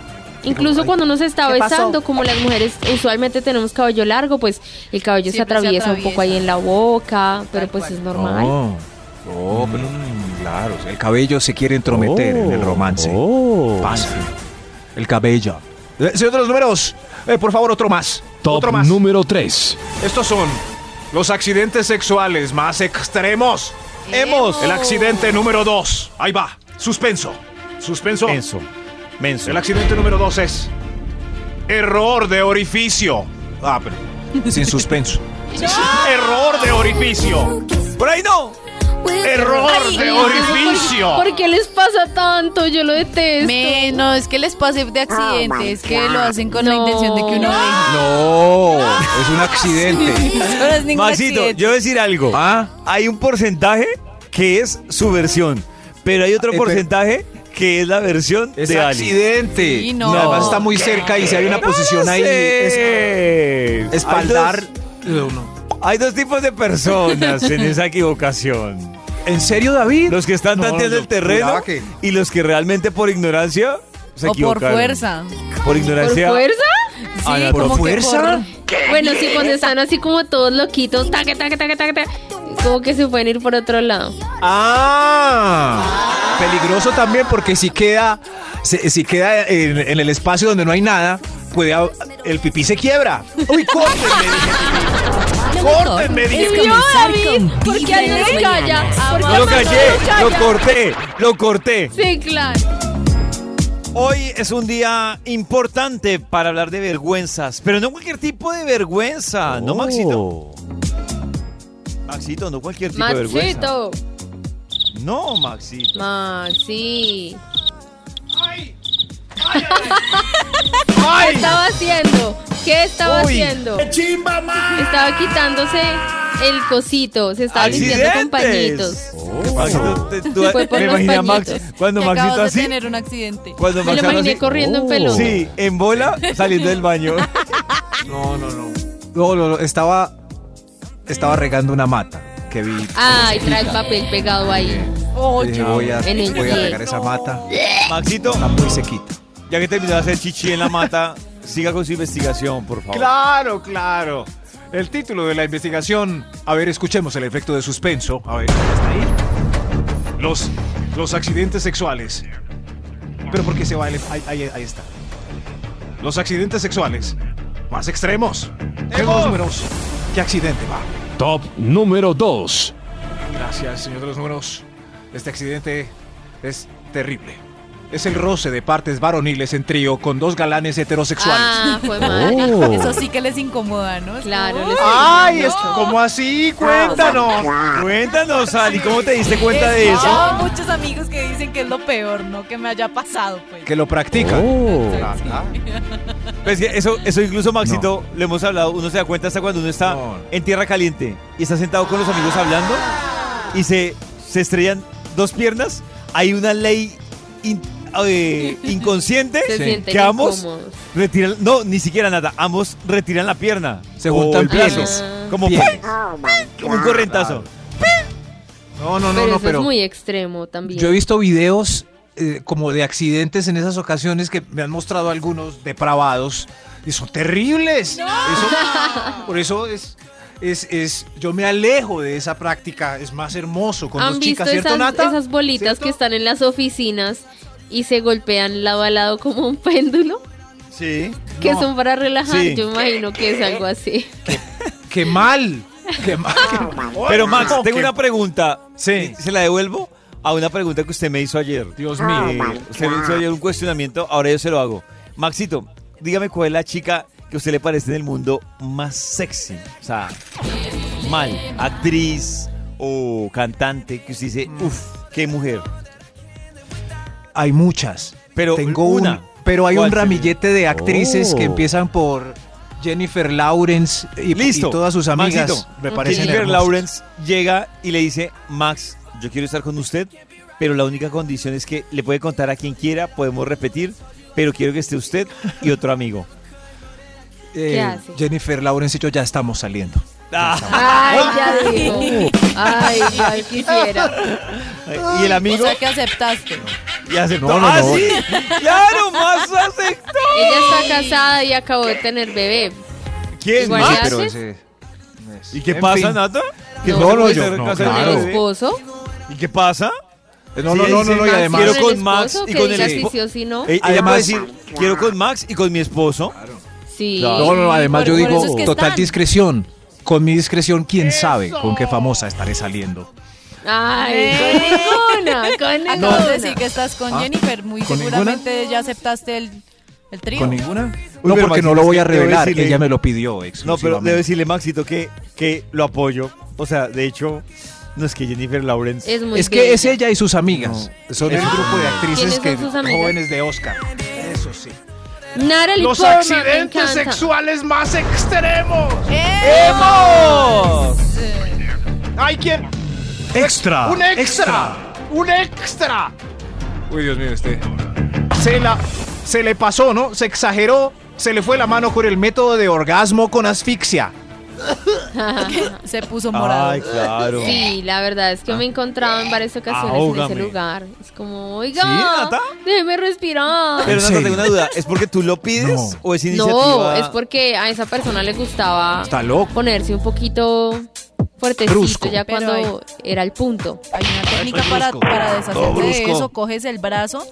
[SPEAKER 9] Incluso cuando uno se está
[SPEAKER 4] ¿Qué pasó?
[SPEAKER 9] besando, como las mujeres usualmente tenemos cabello largo, pues el cabello se
[SPEAKER 4] Siempre se
[SPEAKER 9] atraviesa, un poco ahí en la boca, pero pues es normal.
[SPEAKER 7] Oh, oh, pero claro, el cabello se quiere entrometer en el
[SPEAKER 8] Oh.
[SPEAKER 7] romance. Pasa. El cabello. Eh, Señor de los números, eh, por favor, otro más.
[SPEAKER 8] Top
[SPEAKER 7] otro más.
[SPEAKER 8] número 3.
[SPEAKER 7] Estos son los accidentes sexuales más extremos.
[SPEAKER 6] Hemos.
[SPEAKER 7] El accidente número 2. Ahí va. Suspenso. Suspenso.
[SPEAKER 6] Menso. Menso.
[SPEAKER 7] El accidente número 2 es error de orificio. Ah, pero sin suspenso. error de orificio.
[SPEAKER 6] Por ahí no.
[SPEAKER 7] Error
[SPEAKER 9] Ay,
[SPEAKER 7] de
[SPEAKER 9] Dios,
[SPEAKER 7] orificio.
[SPEAKER 9] ¿Por qué les pasa tanto? Yo lo detesto.
[SPEAKER 4] Menos, es que les pase de accidentes, que lo hacen con la
[SPEAKER 9] No.
[SPEAKER 4] intención de que uno deje.
[SPEAKER 7] No, es un accidente.
[SPEAKER 4] No es ningún
[SPEAKER 6] Maxito,
[SPEAKER 4] accidente.
[SPEAKER 6] yo voy a decir algo.
[SPEAKER 7] Ah,
[SPEAKER 6] Hay un porcentaje que es su versión, pero hay otro
[SPEAKER 7] Eh, pero-
[SPEAKER 6] porcentaje que es la versión
[SPEAKER 7] es
[SPEAKER 6] de Ali.
[SPEAKER 7] accidente.
[SPEAKER 4] Sí, no.
[SPEAKER 7] Además está muy cerca y si hay una posición ahí es-
[SPEAKER 6] es,
[SPEAKER 7] espaldar.
[SPEAKER 6] Hay dos tipos de personas en esa equivocación.
[SPEAKER 7] ¿En serio, David?
[SPEAKER 6] Los que están
[SPEAKER 7] No,
[SPEAKER 6] tanteando
[SPEAKER 7] yo
[SPEAKER 6] el terreno
[SPEAKER 7] juraba que-
[SPEAKER 6] y los que realmente por ignorancia se
[SPEAKER 4] O por
[SPEAKER 6] equivocaron.
[SPEAKER 4] fuerza.
[SPEAKER 6] Por
[SPEAKER 9] ¿Por
[SPEAKER 6] ignorancia.
[SPEAKER 9] fuerza?
[SPEAKER 4] Sí,
[SPEAKER 6] Ana,
[SPEAKER 4] como
[SPEAKER 6] ¿por
[SPEAKER 4] que
[SPEAKER 7] fuerza?
[SPEAKER 9] Bueno, sí, cuando están así como todos loquitos, taque, taque, taque, taque, taque, como que se pueden ir por otro lado.
[SPEAKER 7] Ah, peligroso también porque si queda, se- si queda en, en el espacio donde no hay nada, puede a- el pipí se quiebra. Uy, córtenme. dije. córtenme, dije.
[SPEAKER 4] Es
[SPEAKER 9] Yo,
[SPEAKER 4] comenzar
[SPEAKER 9] David,
[SPEAKER 4] con
[SPEAKER 9] ¿por qué
[SPEAKER 4] vibra en
[SPEAKER 9] alguien
[SPEAKER 4] las
[SPEAKER 9] se calla?
[SPEAKER 4] mañanas.
[SPEAKER 9] ¿Por qué
[SPEAKER 6] No lo
[SPEAKER 9] alguien
[SPEAKER 6] callé,
[SPEAKER 9] se calla?
[SPEAKER 6] lo corté, lo corté.
[SPEAKER 9] Sí, claro.
[SPEAKER 6] Hoy es un día importante para hablar de vergüenzas, pero no cualquier tipo de vergüenza,
[SPEAKER 8] Oh.
[SPEAKER 6] ¿no, Maxito? Maxito, no cualquier tipo de vergüenza.
[SPEAKER 9] Maxito.
[SPEAKER 6] No, Maxito.
[SPEAKER 9] Maxi. ¿Qué
[SPEAKER 7] ¡Ay!
[SPEAKER 9] estaba haciendo? ¿Qué estaba
[SPEAKER 6] Uy.
[SPEAKER 9] haciendo? Estaba quitándose el cosito. Se estaba limpiando con pañitos.
[SPEAKER 6] ¡Accidentes! Maxito, te- tú-
[SPEAKER 9] Fue por
[SPEAKER 6] me
[SPEAKER 9] los
[SPEAKER 6] imaginé a Max-
[SPEAKER 9] pañitos.
[SPEAKER 6] cuando
[SPEAKER 4] que
[SPEAKER 6] Maxito
[SPEAKER 4] acabas de
[SPEAKER 6] así,
[SPEAKER 4] tener un accidente.
[SPEAKER 6] cuando
[SPEAKER 9] Me lo
[SPEAKER 6] Maxito
[SPEAKER 9] imaginé
[SPEAKER 6] así, Uh.
[SPEAKER 9] corriendo en pelo.
[SPEAKER 6] Sí, en bola saliendo del baño.
[SPEAKER 7] No, no, no. No, no, no, Estaba, estaba regando una mata que vi.
[SPEAKER 9] Ay, trae el papel pegado ahí.
[SPEAKER 4] Oh,
[SPEAKER 7] Dije, voy a,
[SPEAKER 9] En el
[SPEAKER 7] voy a
[SPEAKER 9] pie.
[SPEAKER 7] regar esa mata.
[SPEAKER 6] Maxito,
[SPEAKER 7] Está muy sequita.
[SPEAKER 6] ya que terminó de hacer chichi en la mata, siga con su investigación, por favor.
[SPEAKER 7] Claro, claro. El título de la investigación. A ver, escuchemos el efecto de suspenso. A ver, ¿está ahí? Los, los accidentes sexuales. Pero ¿por qué se va el ef- ahí, ahí- ahí está. Los accidentes sexuales. Más extremos. Tengo los números. ¿Qué accidente va?
[SPEAKER 8] Top número 2.
[SPEAKER 7] Gracias, señor de los números. Este accidente es terrible. Es el roce de partes varoniles en trío con dos galanes heterosexuales.
[SPEAKER 9] Ah, fue mal.
[SPEAKER 6] Uh.
[SPEAKER 7] Oh.
[SPEAKER 4] Eso sí que les incomoda, ¿no? Es
[SPEAKER 9] Claro,
[SPEAKER 4] como,
[SPEAKER 9] les-
[SPEAKER 6] Ah,
[SPEAKER 7] ¡Ay! Es, ¿Cómo así? Cuéntanos.
[SPEAKER 6] Cuéntanos, Ali, ¿cómo te diste
[SPEAKER 4] "Uy,
[SPEAKER 6] cuenta de
[SPEAKER 4] he
[SPEAKER 6] eso?
[SPEAKER 4] escuchado muchos amigos que dicen que es lo peor, ¿no? Que me haya pasado, pues.
[SPEAKER 7] Que lo practican.
[SPEAKER 6] Pues que eso, eso incluso, Maxito, lo hemos hablado, uno se da cuenta hasta cuando uno está
[SPEAKER 7] No.
[SPEAKER 6] en tierra caliente y está sentado con los amigos hablando y se, se estrellan dos piernas, hay una ley in- eh, inconsciente
[SPEAKER 9] Se sienten
[SPEAKER 6] que ambos
[SPEAKER 9] incómodos.
[SPEAKER 6] retiran, no, ni siquiera nada, ambos retiran la pierna.
[SPEAKER 7] Se
[SPEAKER 6] o
[SPEAKER 7] juntan
[SPEAKER 6] el brazo,
[SPEAKER 7] pieles.
[SPEAKER 6] Como
[SPEAKER 7] Pieles.
[SPEAKER 6] como un correntazo.
[SPEAKER 7] No, no, no,
[SPEAKER 9] pero
[SPEAKER 7] no,
[SPEAKER 9] eso
[SPEAKER 7] pero
[SPEAKER 9] es muy extremo también.
[SPEAKER 7] yo he visto videos eh, como de accidentes en esas ocasiones que me han mostrado algunos depravados y son terribles. Eso- por eso es, es, es, yo me alejo de esa práctica, es más hermoso con
[SPEAKER 9] ¿Han
[SPEAKER 7] dos
[SPEAKER 9] visto
[SPEAKER 7] chicas, ¿cierto,
[SPEAKER 9] esas,
[SPEAKER 7] Nata?
[SPEAKER 9] esas bolitas
[SPEAKER 7] ¿Cierto?
[SPEAKER 9] que están en las oficinas y se golpean lado a lado como un péndulo?
[SPEAKER 6] Sí.
[SPEAKER 9] Que
[SPEAKER 7] No.
[SPEAKER 9] son para relajar.
[SPEAKER 6] Sí.
[SPEAKER 9] Yo imagino que es algo así.
[SPEAKER 7] ¡Qué mal! ¡Qué mal!
[SPEAKER 6] Pero Max,
[SPEAKER 7] No,
[SPEAKER 6] tengo
[SPEAKER 7] qué-
[SPEAKER 6] una pregunta.
[SPEAKER 7] Sí.
[SPEAKER 6] Se la devuelvo a una pregunta que usted me hizo ayer.
[SPEAKER 7] Dios
[SPEAKER 8] Ah,
[SPEAKER 7] mío.
[SPEAKER 6] Eh, usted me hizo ayer un cuestionamiento, ahora yo se lo hago. Maxito, dígame cuál es la chica que a usted le parece en el mundo más sexy. O sea, mal, actriz o cantante que usted dice, uff, qué mujer.
[SPEAKER 7] Hay muchas.
[SPEAKER 6] Pero
[SPEAKER 7] Tengo
[SPEAKER 6] una.
[SPEAKER 7] una. Pero hay
[SPEAKER 6] ¿Cuál
[SPEAKER 7] un
[SPEAKER 6] sería?
[SPEAKER 7] ramillete de actrices
[SPEAKER 6] Oh.
[SPEAKER 7] que empiezan por Jennifer Lawrence y,
[SPEAKER 6] Listo.
[SPEAKER 7] y todas sus amigas.
[SPEAKER 6] Maxito,
[SPEAKER 7] me parecen
[SPEAKER 6] Jennifer
[SPEAKER 7] hermosas.
[SPEAKER 6] Lawrence llega y le dice, Max, yo quiero estar con usted, pero la única condición es que le puede contar a quien quiera, podemos repetir, pero quiero que esté usted y otro amigo.
[SPEAKER 7] Eh,
[SPEAKER 9] ¿Qué hace?
[SPEAKER 7] Jennifer Lawrence y yo ya estamos saliendo.
[SPEAKER 9] Ay,
[SPEAKER 7] Ah.
[SPEAKER 9] ya digo. Ay, ya quisiera.
[SPEAKER 6] Y el amigo
[SPEAKER 4] O sea que aceptaste.
[SPEAKER 6] y aceptó.
[SPEAKER 7] No, no,
[SPEAKER 6] ¡Ah,
[SPEAKER 7] no.
[SPEAKER 6] sí! ¡Claro, Max aceptó!
[SPEAKER 9] Ella está casada y acabó de tener bebé.
[SPEAKER 6] ¿Quién?
[SPEAKER 9] Igual
[SPEAKER 6] Max?
[SPEAKER 9] ya
[SPEAKER 7] Pero
[SPEAKER 9] ¿Sí?
[SPEAKER 7] ese-
[SPEAKER 6] ¿Y qué
[SPEAKER 7] En
[SPEAKER 6] pasa,
[SPEAKER 7] fin.
[SPEAKER 6] Nata? ¿Que
[SPEAKER 9] No,
[SPEAKER 6] puede
[SPEAKER 7] no, yo-
[SPEAKER 6] estar
[SPEAKER 7] no,
[SPEAKER 6] casada
[SPEAKER 9] ¿Con
[SPEAKER 6] con
[SPEAKER 9] el
[SPEAKER 7] Claro.
[SPEAKER 6] bebé?
[SPEAKER 9] esposo?
[SPEAKER 6] eh, ¿Y qué pasa?
[SPEAKER 7] No,
[SPEAKER 6] Sí,
[SPEAKER 7] Eh, no, no,
[SPEAKER 6] sí,
[SPEAKER 7] no, no, y
[SPEAKER 6] Max,
[SPEAKER 7] además.
[SPEAKER 6] quiero
[SPEAKER 9] ¿Con el
[SPEAKER 6] con Max
[SPEAKER 9] esposo?
[SPEAKER 6] y
[SPEAKER 9] Que
[SPEAKER 6] con el
[SPEAKER 9] diga si
[SPEAKER 6] esposo.
[SPEAKER 9] sí o si no.
[SPEAKER 6] Ella además,
[SPEAKER 7] Además-
[SPEAKER 6] decir, quiero con Max y con mi esposo.
[SPEAKER 9] Sí.
[SPEAKER 7] No, no, además
[SPEAKER 4] por-
[SPEAKER 7] yo
[SPEAKER 4] por
[SPEAKER 7] digo
[SPEAKER 4] eso es que
[SPEAKER 7] total
[SPEAKER 4] están.
[SPEAKER 7] discreción. Con mi discreción, quién sabe con qué famosa estaré saliendo.
[SPEAKER 9] Ay,
[SPEAKER 4] Eh.
[SPEAKER 9] con ninguna, con ninguna.
[SPEAKER 4] Acabas de decir que estás con
[SPEAKER 7] Ah,
[SPEAKER 4] Jennifer. Muy
[SPEAKER 7] ¿con
[SPEAKER 4] seguramente ya aceptaste el, el trío.
[SPEAKER 7] ¿Con
[SPEAKER 6] Uy,
[SPEAKER 7] ninguna? no,
[SPEAKER 6] pero
[SPEAKER 7] porque no
[SPEAKER 6] Maxito,
[SPEAKER 7] lo
[SPEAKER 6] es
[SPEAKER 7] voy a
[SPEAKER 6] que debo
[SPEAKER 7] revelar.
[SPEAKER 6] decirle-
[SPEAKER 7] Ella me lo pidió
[SPEAKER 6] No, pero
[SPEAKER 7] exclusivamente.
[SPEAKER 6] debo decirle, Maxito, que, que lo apoyo. O sea, de hecho, no es que Jennifer Lawrence.
[SPEAKER 9] Es muy
[SPEAKER 7] es que es
[SPEAKER 9] bella.
[SPEAKER 7] ella y sus amigas. Son el grupo de actrices que
[SPEAKER 9] ¿Quiénes son sus amigas?
[SPEAKER 7] jóvenes de Oscar. Eso sí.
[SPEAKER 9] Natalie
[SPEAKER 11] Los
[SPEAKER 9] Portman, me
[SPEAKER 11] accidentes
[SPEAKER 9] encanta. Eh.
[SPEAKER 11] sexuales más extremos.
[SPEAKER 4] ¡Hemos!
[SPEAKER 11] Hay quien.
[SPEAKER 7] Extra.
[SPEAKER 11] Un extra. Un extra.
[SPEAKER 7] Uy, Dios mío, este.
[SPEAKER 11] Se la.
[SPEAKER 7] Se le pasó, ¿no? Se exageró. Se le fue la mano con el método de orgasmo con asfixia.
[SPEAKER 4] Se puso morado.
[SPEAKER 6] Ay, claro.
[SPEAKER 9] Sí, la verdad es que me he encontrado en varias ocasiones en
[SPEAKER 6] Ahógame.
[SPEAKER 9] ese lugar. Es como,
[SPEAKER 6] ¿Sí,
[SPEAKER 9] oiga,
[SPEAKER 6] Nata?
[SPEAKER 9] déjeme respirar.
[SPEAKER 6] Pero
[SPEAKER 7] ¿En
[SPEAKER 6] Nata,
[SPEAKER 7] serio?
[SPEAKER 6] tengo una duda. ¿Es porque tú lo pides
[SPEAKER 7] No.
[SPEAKER 6] o es iniciativa?
[SPEAKER 9] No, es porque a esa persona le gustaba
[SPEAKER 7] Está loco.
[SPEAKER 9] ponerse un poquito fuertecito
[SPEAKER 7] Brusco.
[SPEAKER 9] ya
[SPEAKER 4] Pero
[SPEAKER 9] cuando era el punto.
[SPEAKER 4] Hay una técnica para,
[SPEAKER 7] brusco.
[SPEAKER 4] para deshacerte
[SPEAKER 7] Todo
[SPEAKER 4] de
[SPEAKER 7] brusco.
[SPEAKER 4] eso. Coges el brazo,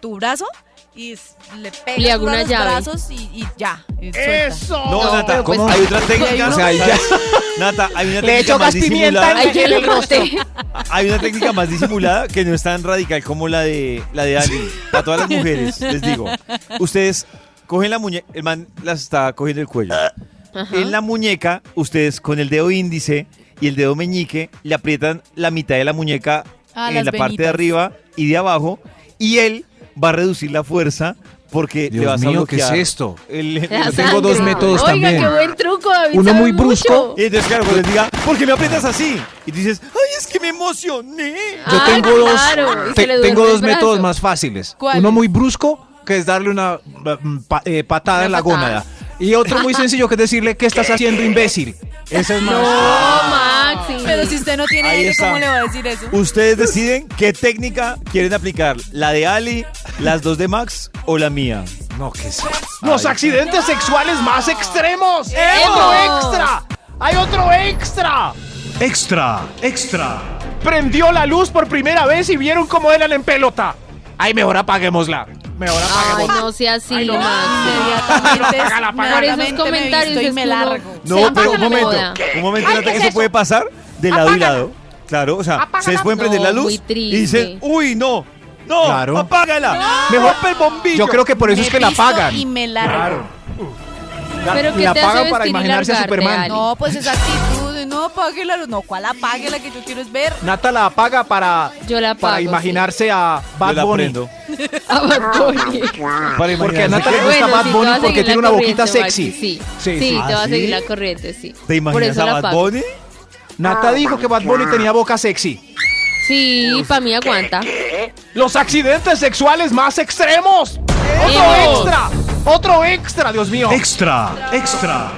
[SPEAKER 4] tu brazo, y s- le pegas
[SPEAKER 9] Le hago
[SPEAKER 4] duro a
[SPEAKER 9] una
[SPEAKER 4] los
[SPEAKER 9] llave.
[SPEAKER 4] brazos y, y ya. y suelta.
[SPEAKER 11] Eso.
[SPEAKER 6] No, Nata,
[SPEAKER 9] pero pues-
[SPEAKER 6] hay otra técnica.
[SPEAKER 7] O sea, ahí ya.
[SPEAKER 6] Nata, hay una
[SPEAKER 10] Le
[SPEAKER 6] técnica
[SPEAKER 10] echo
[SPEAKER 6] más
[SPEAKER 10] gas pimienta
[SPEAKER 6] disimulada.
[SPEAKER 9] Ay, yo
[SPEAKER 10] en
[SPEAKER 9] lo
[SPEAKER 10] el rostro.
[SPEAKER 9] maté.
[SPEAKER 6] Hay una técnica más disimulada que no es tan radical como la de la de Ali. A todas las mujeres, les digo. Ustedes cogen la muñeca, el man las está cogiendo el cuello.
[SPEAKER 9] Ajá.
[SPEAKER 6] En la muñeca, ustedes con el dedo índice y el dedo meñique le aprietan la mitad de la muñeca
[SPEAKER 4] Ah,
[SPEAKER 6] en la
[SPEAKER 4] las
[SPEAKER 6] parte de
[SPEAKER 4] venitas.
[SPEAKER 6] arriba y de abajo y él va a reducir la fuerza porque le
[SPEAKER 7] Dios
[SPEAKER 6] vas a
[SPEAKER 7] mío, ¿qué es
[SPEAKER 6] bloquear.
[SPEAKER 7] esto?
[SPEAKER 6] el-
[SPEAKER 9] La
[SPEAKER 7] Yo tengo
[SPEAKER 9] sangre.
[SPEAKER 7] dos métodos
[SPEAKER 9] Oiga,
[SPEAKER 7] también.
[SPEAKER 9] qué buen truco, David.
[SPEAKER 7] Uno
[SPEAKER 9] sabe
[SPEAKER 7] muy brusco.
[SPEAKER 9] mucho.
[SPEAKER 6] Y entonces, claro, cuando les diga, ¿por qué me aprietas así? Y tú dices, ¡ay, es que me emocioné!
[SPEAKER 7] Yo
[SPEAKER 9] Ay,
[SPEAKER 7] tengo dos,
[SPEAKER 9] Ah, claro, y
[SPEAKER 7] te-
[SPEAKER 9] se le duerme
[SPEAKER 7] tengo
[SPEAKER 9] el
[SPEAKER 7] dos
[SPEAKER 9] brazo.
[SPEAKER 7] métodos más fáciles.
[SPEAKER 4] ¿Cuál?
[SPEAKER 7] Uno muy brusco, que es darle una mm, pa- eh, patada
[SPEAKER 9] Una
[SPEAKER 7] en la
[SPEAKER 9] patada.
[SPEAKER 7] gónada. Y otro muy sencillo, que es decirle, ¿qué estás haciendo, imbécil? Ese es más.
[SPEAKER 9] No, Maxi.
[SPEAKER 4] Pero si usted no tiene
[SPEAKER 6] Ahí
[SPEAKER 4] aire,
[SPEAKER 6] está.
[SPEAKER 4] ¿cómo le va a decir eso?
[SPEAKER 6] Ustedes deciden qué técnica quieren aplicar, la de Ali, las dos de Max o la mía.
[SPEAKER 7] No, que sí.
[SPEAKER 11] Los accidentes sexuales más extremos. Hay otro
[SPEAKER 9] ¡Hemos!
[SPEAKER 11] extra. Hay otro extra.
[SPEAKER 7] Extra, extra.
[SPEAKER 11] Prendió la luz por primera vez y vieron cómo eran en pelota.
[SPEAKER 7] Ay, mejor apaguémosla. Mejor
[SPEAKER 9] Ay,
[SPEAKER 7] apaguémosla.
[SPEAKER 9] no sea así,
[SPEAKER 11] no.
[SPEAKER 9] Maxi.
[SPEAKER 4] Inmediatamente,
[SPEAKER 11] Apágala, apágala.
[SPEAKER 9] Por esos
[SPEAKER 4] inmediatamente me
[SPEAKER 9] comentarios
[SPEAKER 4] visto y
[SPEAKER 9] es
[SPEAKER 4] me
[SPEAKER 9] que uno
[SPEAKER 4] largo.
[SPEAKER 9] se apaga
[SPEAKER 6] No, pero un
[SPEAKER 9] la
[SPEAKER 6] momento,
[SPEAKER 9] moda.
[SPEAKER 6] un momento, Nata,
[SPEAKER 11] ¿qué
[SPEAKER 6] que
[SPEAKER 11] es
[SPEAKER 6] eso
[SPEAKER 11] eso?
[SPEAKER 6] puede pasar de lado y
[SPEAKER 11] Apágala.
[SPEAKER 6] lado. Claro, o sea,
[SPEAKER 11] Apágala.
[SPEAKER 6] ustedes pueden prender la
[SPEAKER 9] No,
[SPEAKER 6] luz
[SPEAKER 9] muy
[SPEAKER 6] y
[SPEAKER 9] triste.
[SPEAKER 6] dicen, uy, no, no,
[SPEAKER 7] Claro.
[SPEAKER 6] apágala,
[SPEAKER 9] Ah.
[SPEAKER 7] No.
[SPEAKER 6] mejor el bombillo.
[SPEAKER 7] Yo creo que por eso
[SPEAKER 4] Me
[SPEAKER 7] es que la
[SPEAKER 4] visto
[SPEAKER 7] apagan.
[SPEAKER 4] Y me largo.
[SPEAKER 9] Pero que
[SPEAKER 7] la
[SPEAKER 9] te hace
[SPEAKER 7] apagan para
[SPEAKER 9] vestir y
[SPEAKER 7] imaginarse a
[SPEAKER 9] largarte,
[SPEAKER 7] Superman.
[SPEAKER 9] Ale.
[SPEAKER 4] No, pues esa actitud, de, no apague la luz. No, ¿cuál apague la que yo quiero es ver?
[SPEAKER 7] Nata la apaga para,
[SPEAKER 9] Yo la
[SPEAKER 7] para
[SPEAKER 9] apago,
[SPEAKER 7] imaginarse a
[SPEAKER 6] Yo la
[SPEAKER 7] Bad Bunny.
[SPEAKER 6] prendo.
[SPEAKER 9] A Bad Bunny.
[SPEAKER 6] Para
[SPEAKER 7] Porque a
[SPEAKER 6] imaginarse
[SPEAKER 7] Nata
[SPEAKER 6] que-
[SPEAKER 7] le gusta
[SPEAKER 9] Bueno,
[SPEAKER 7] Bad
[SPEAKER 9] sí, te
[SPEAKER 7] Bunny
[SPEAKER 9] va a
[SPEAKER 7] porque
[SPEAKER 9] seguir
[SPEAKER 7] tiene una
[SPEAKER 9] la
[SPEAKER 7] boquita
[SPEAKER 9] corriente,
[SPEAKER 7] sexy.
[SPEAKER 9] Maxi, Sí,
[SPEAKER 7] Sí,
[SPEAKER 9] sí,
[SPEAKER 7] sí.
[SPEAKER 9] te va
[SPEAKER 6] ¿Ah,
[SPEAKER 9] a
[SPEAKER 6] sí?
[SPEAKER 9] seguir la corriente, sí.
[SPEAKER 6] ¿Te
[SPEAKER 9] Por
[SPEAKER 6] imaginas
[SPEAKER 9] eso
[SPEAKER 6] a
[SPEAKER 9] la
[SPEAKER 6] Bad
[SPEAKER 9] apago.
[SPEAKER 6] Bunny?
[SPEAKER 9] Ah.
[SPEAKER 7] Nata dijo que Bad Bunny tenía boca sexy.
[SPEAKER 9] Sí, para mí aguanta.
[SPEAKER 11] Los accidentes sexuales más extremos. Otro
[SPEAKER 9] ¡Hemos!
[SPEAKER 11] extra. Otro extra, Dios mío.
[SPEAKER 7] Extra, extra.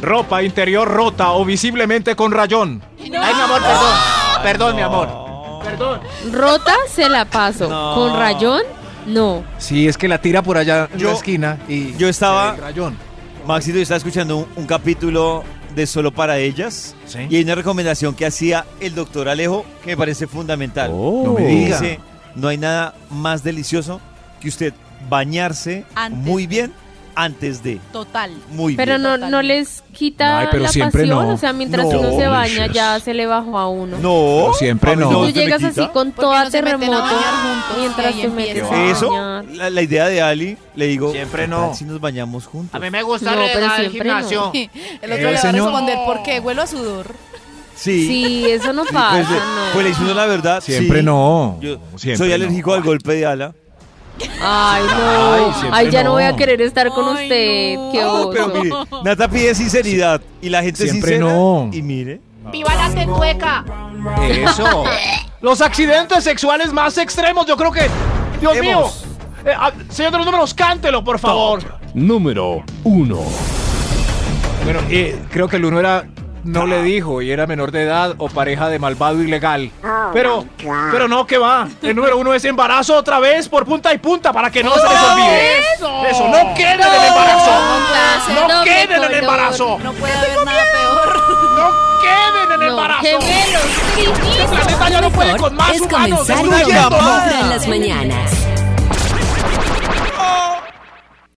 [SPEAKER 7] Ropa interior rota o visiblemente con rayón. Ah,
[SPEAKER 10] Ay, mi amor, perdón. Perdón, mi amor. Perdón.
[SPEAKER 9] Rota se la paso.
[SPEAKER 6] No.
[SPEAKER 9] Con rayón, no.
[SPEAKER 7] Sí, es que la tira por allá en
[SPEAKER 6] Yo-
[SPEAKER 7] la esquina y
[SPEAKER 6] yo estaba-
[SPEAKER 7] el rayón.
[SPEAKER 6] Maxito, yo estaba escuchando un, un capítulo de Solo para Ellas
[SPEAKER 7] Sí.
[SPEAKER 6] y hay una recomendación que hacía el doctor Alejo que me parece fundamental.
[SPEAKER 7] No me
[SPEAKER 6] Y
[SPEAKER 7] diga.
[SPEAKER 6] dice, no hay nada más delicioso que usted bañarse
[SPEAKER 4] Antes.
[SPEAKER 6] muy bien antes de.
[SPEAKER 4] Total.
[SPEAKER 6] Muy
[SPEAKER 9] Pero
[SPEAKER 6] bien.
[SPEAKER 9] no,
[SPEAKER 4] Total.
[SPEAKER 9] no les quita
[SPEAKER 7] Ay, pero
[SPEAKER 9] la
[SPEAKER 7] siempre
[SPEAKER 9] pasión.
[SPEAKER 7] no.
[SPEAKER 9] O sea, mientras
[SPEAKER 6] No,
[SPEAKER 9] uno se baña,
[SPEAKER 7] Dios.
[SPEAKER 9] ya se le bajó a uno.
[SPEAKER 6] No,
[SPEAKER 7] No, siempre
[SPEAKER 6] a mí
[SPEAKER 7] no.
[SPEAKER 9] Tú
[SPEAKER 6] se me
[SPEAKER 9] llegas
[SPEAKER 6] quita.
[SPEAKER 9] así con
[SPEAKER 4] ¿Por qué
[SPEAKER 9] toda
[SPEAKER 4] no se meten a
[SPEAKER 9] terremoto
[SPEAKER 4] bañar juntos?
[SPEAKER 9] mientras
[SPEAKER 4] Ahí
[SPEAKER 9] te
[SPEAKER 4] empieza.
[SPEAKER 9] metes a
[SPEAKER 6] Eso,
[SPEAKER 9] bañar.
[SPEAKER 6] la, la idea de Ali, le digo,
[SPEAKER 10] Siempre
[SPEAKER 6] ¿qué
[SPEAKER 10] no.
[SPEAKER 6] tal Si nos bañamos juntos.
[SPEAKER 10] A mí me gusta
[SPEAKER 9] No,
[SPEAKER 10] el
[SPEAKER 9] pero
[SPEAKER 10] al
[SPEAKER 9] siempre no.
[SPEAKER 10] gimnasio.
[SPEAKER 4] El
[SPEAKER 7] Eh,
[SPEAKER 4] otro le va a
[SPEAKER 7] señor.
[SPEAKER 4] responder, ¿por qué? Huelo a sudor.
[SPEAKER 6] Sí.
[SPEAKER 9] Sí, eso no
[SPEAKER 6] Sí, pues,
[SPEAKER 9] pasa,
[SPEAKER 6] le-
[SPEAKER 9] no.
[SPEAKER 6] pues le diciendo la verdad.
[SPEAKER 7] Siempre
[SPEAKER 6] sí.
[SPEAKER 7] no.
[SPEAKER 6] Yo
[SPEAKER 7] Siempre
[SPEAKER 6] soy
[SPEAKER 7] no.
[SPEAKER 6] alérgico al golpe de ala.
[SPEAKER 9] Ay,
[SPEAKER 6] Ay,
[SPEAKER 9] no. Ay,
[SPEAKER 6] siempre
[SPEAKER 9] ya no.
[SPEAKER 6] no.
[SPEAKER 9] voy a querer estar con usted. Qué
[SPEAKER 6] Ah,
[SPEAKER 9] oso.
[SPEAKER 6] pero mire, Nata pide sinceridad y la gente
[SPEAKER 12] Siempre
[SPEAKER 6] sincera.
[SPEAKER 12] no.
[SPEAKER 6] Y mire.
[SPEAKER 4] ¡Viva la tentueca!
[SPEAKER 7] Eso. Los accidentes sexuales más extremos, yo creo que. Dios mío.
[SPEAKER 8] Hemos-
[SPEAKER 7] Eh, ah, señor de los números, cántelo, por favor.
[SPEAKER 8] Número 1.
[SPEAKER 12] Bueno, eh, creo que el uno era no
[SPEAKER 4] Ah.
[SPEAKER 12] le dijo y era menor de edad o pareja de malvado ilegal.
[SPEAKER 4] Ah,
[SPEAKER 7] Pero, pero no, que va. El número uno es embarazo otra vez por punta y punta para que no se les
[SPEAKER 4] ¡No!
[SPEAKER 7] olvide.
[SPEAKER 4] ¡Eso!
[SPEAKER 7] Eso, no quede en el embarazo.
[SPEAKER 4] No,
[SPEAKER 7] Ah, No
[SPEAKER 4] doble
[SPEAKER 7] quede en el
[SPEAKER 4] color.
[SPEAKER 7] embarazo.
[SPEAKER 13] No puede haber nada peor.
[SPEAKER 7] No queden en el
[SPEAKER 4] No,
[SPEAKER 7] embarazo.
[SPEAKER 4] gemelos,
[SPEAKER 7] El planeta ya no puede con más
[SPEAKER 14] es
[SPEAKER 7] humanos.
[SPEAKER 14] comenzar
[SPEAKER 7] ¡Destruyendo!
[SPEAKER 14] con Vibra en las mañanas.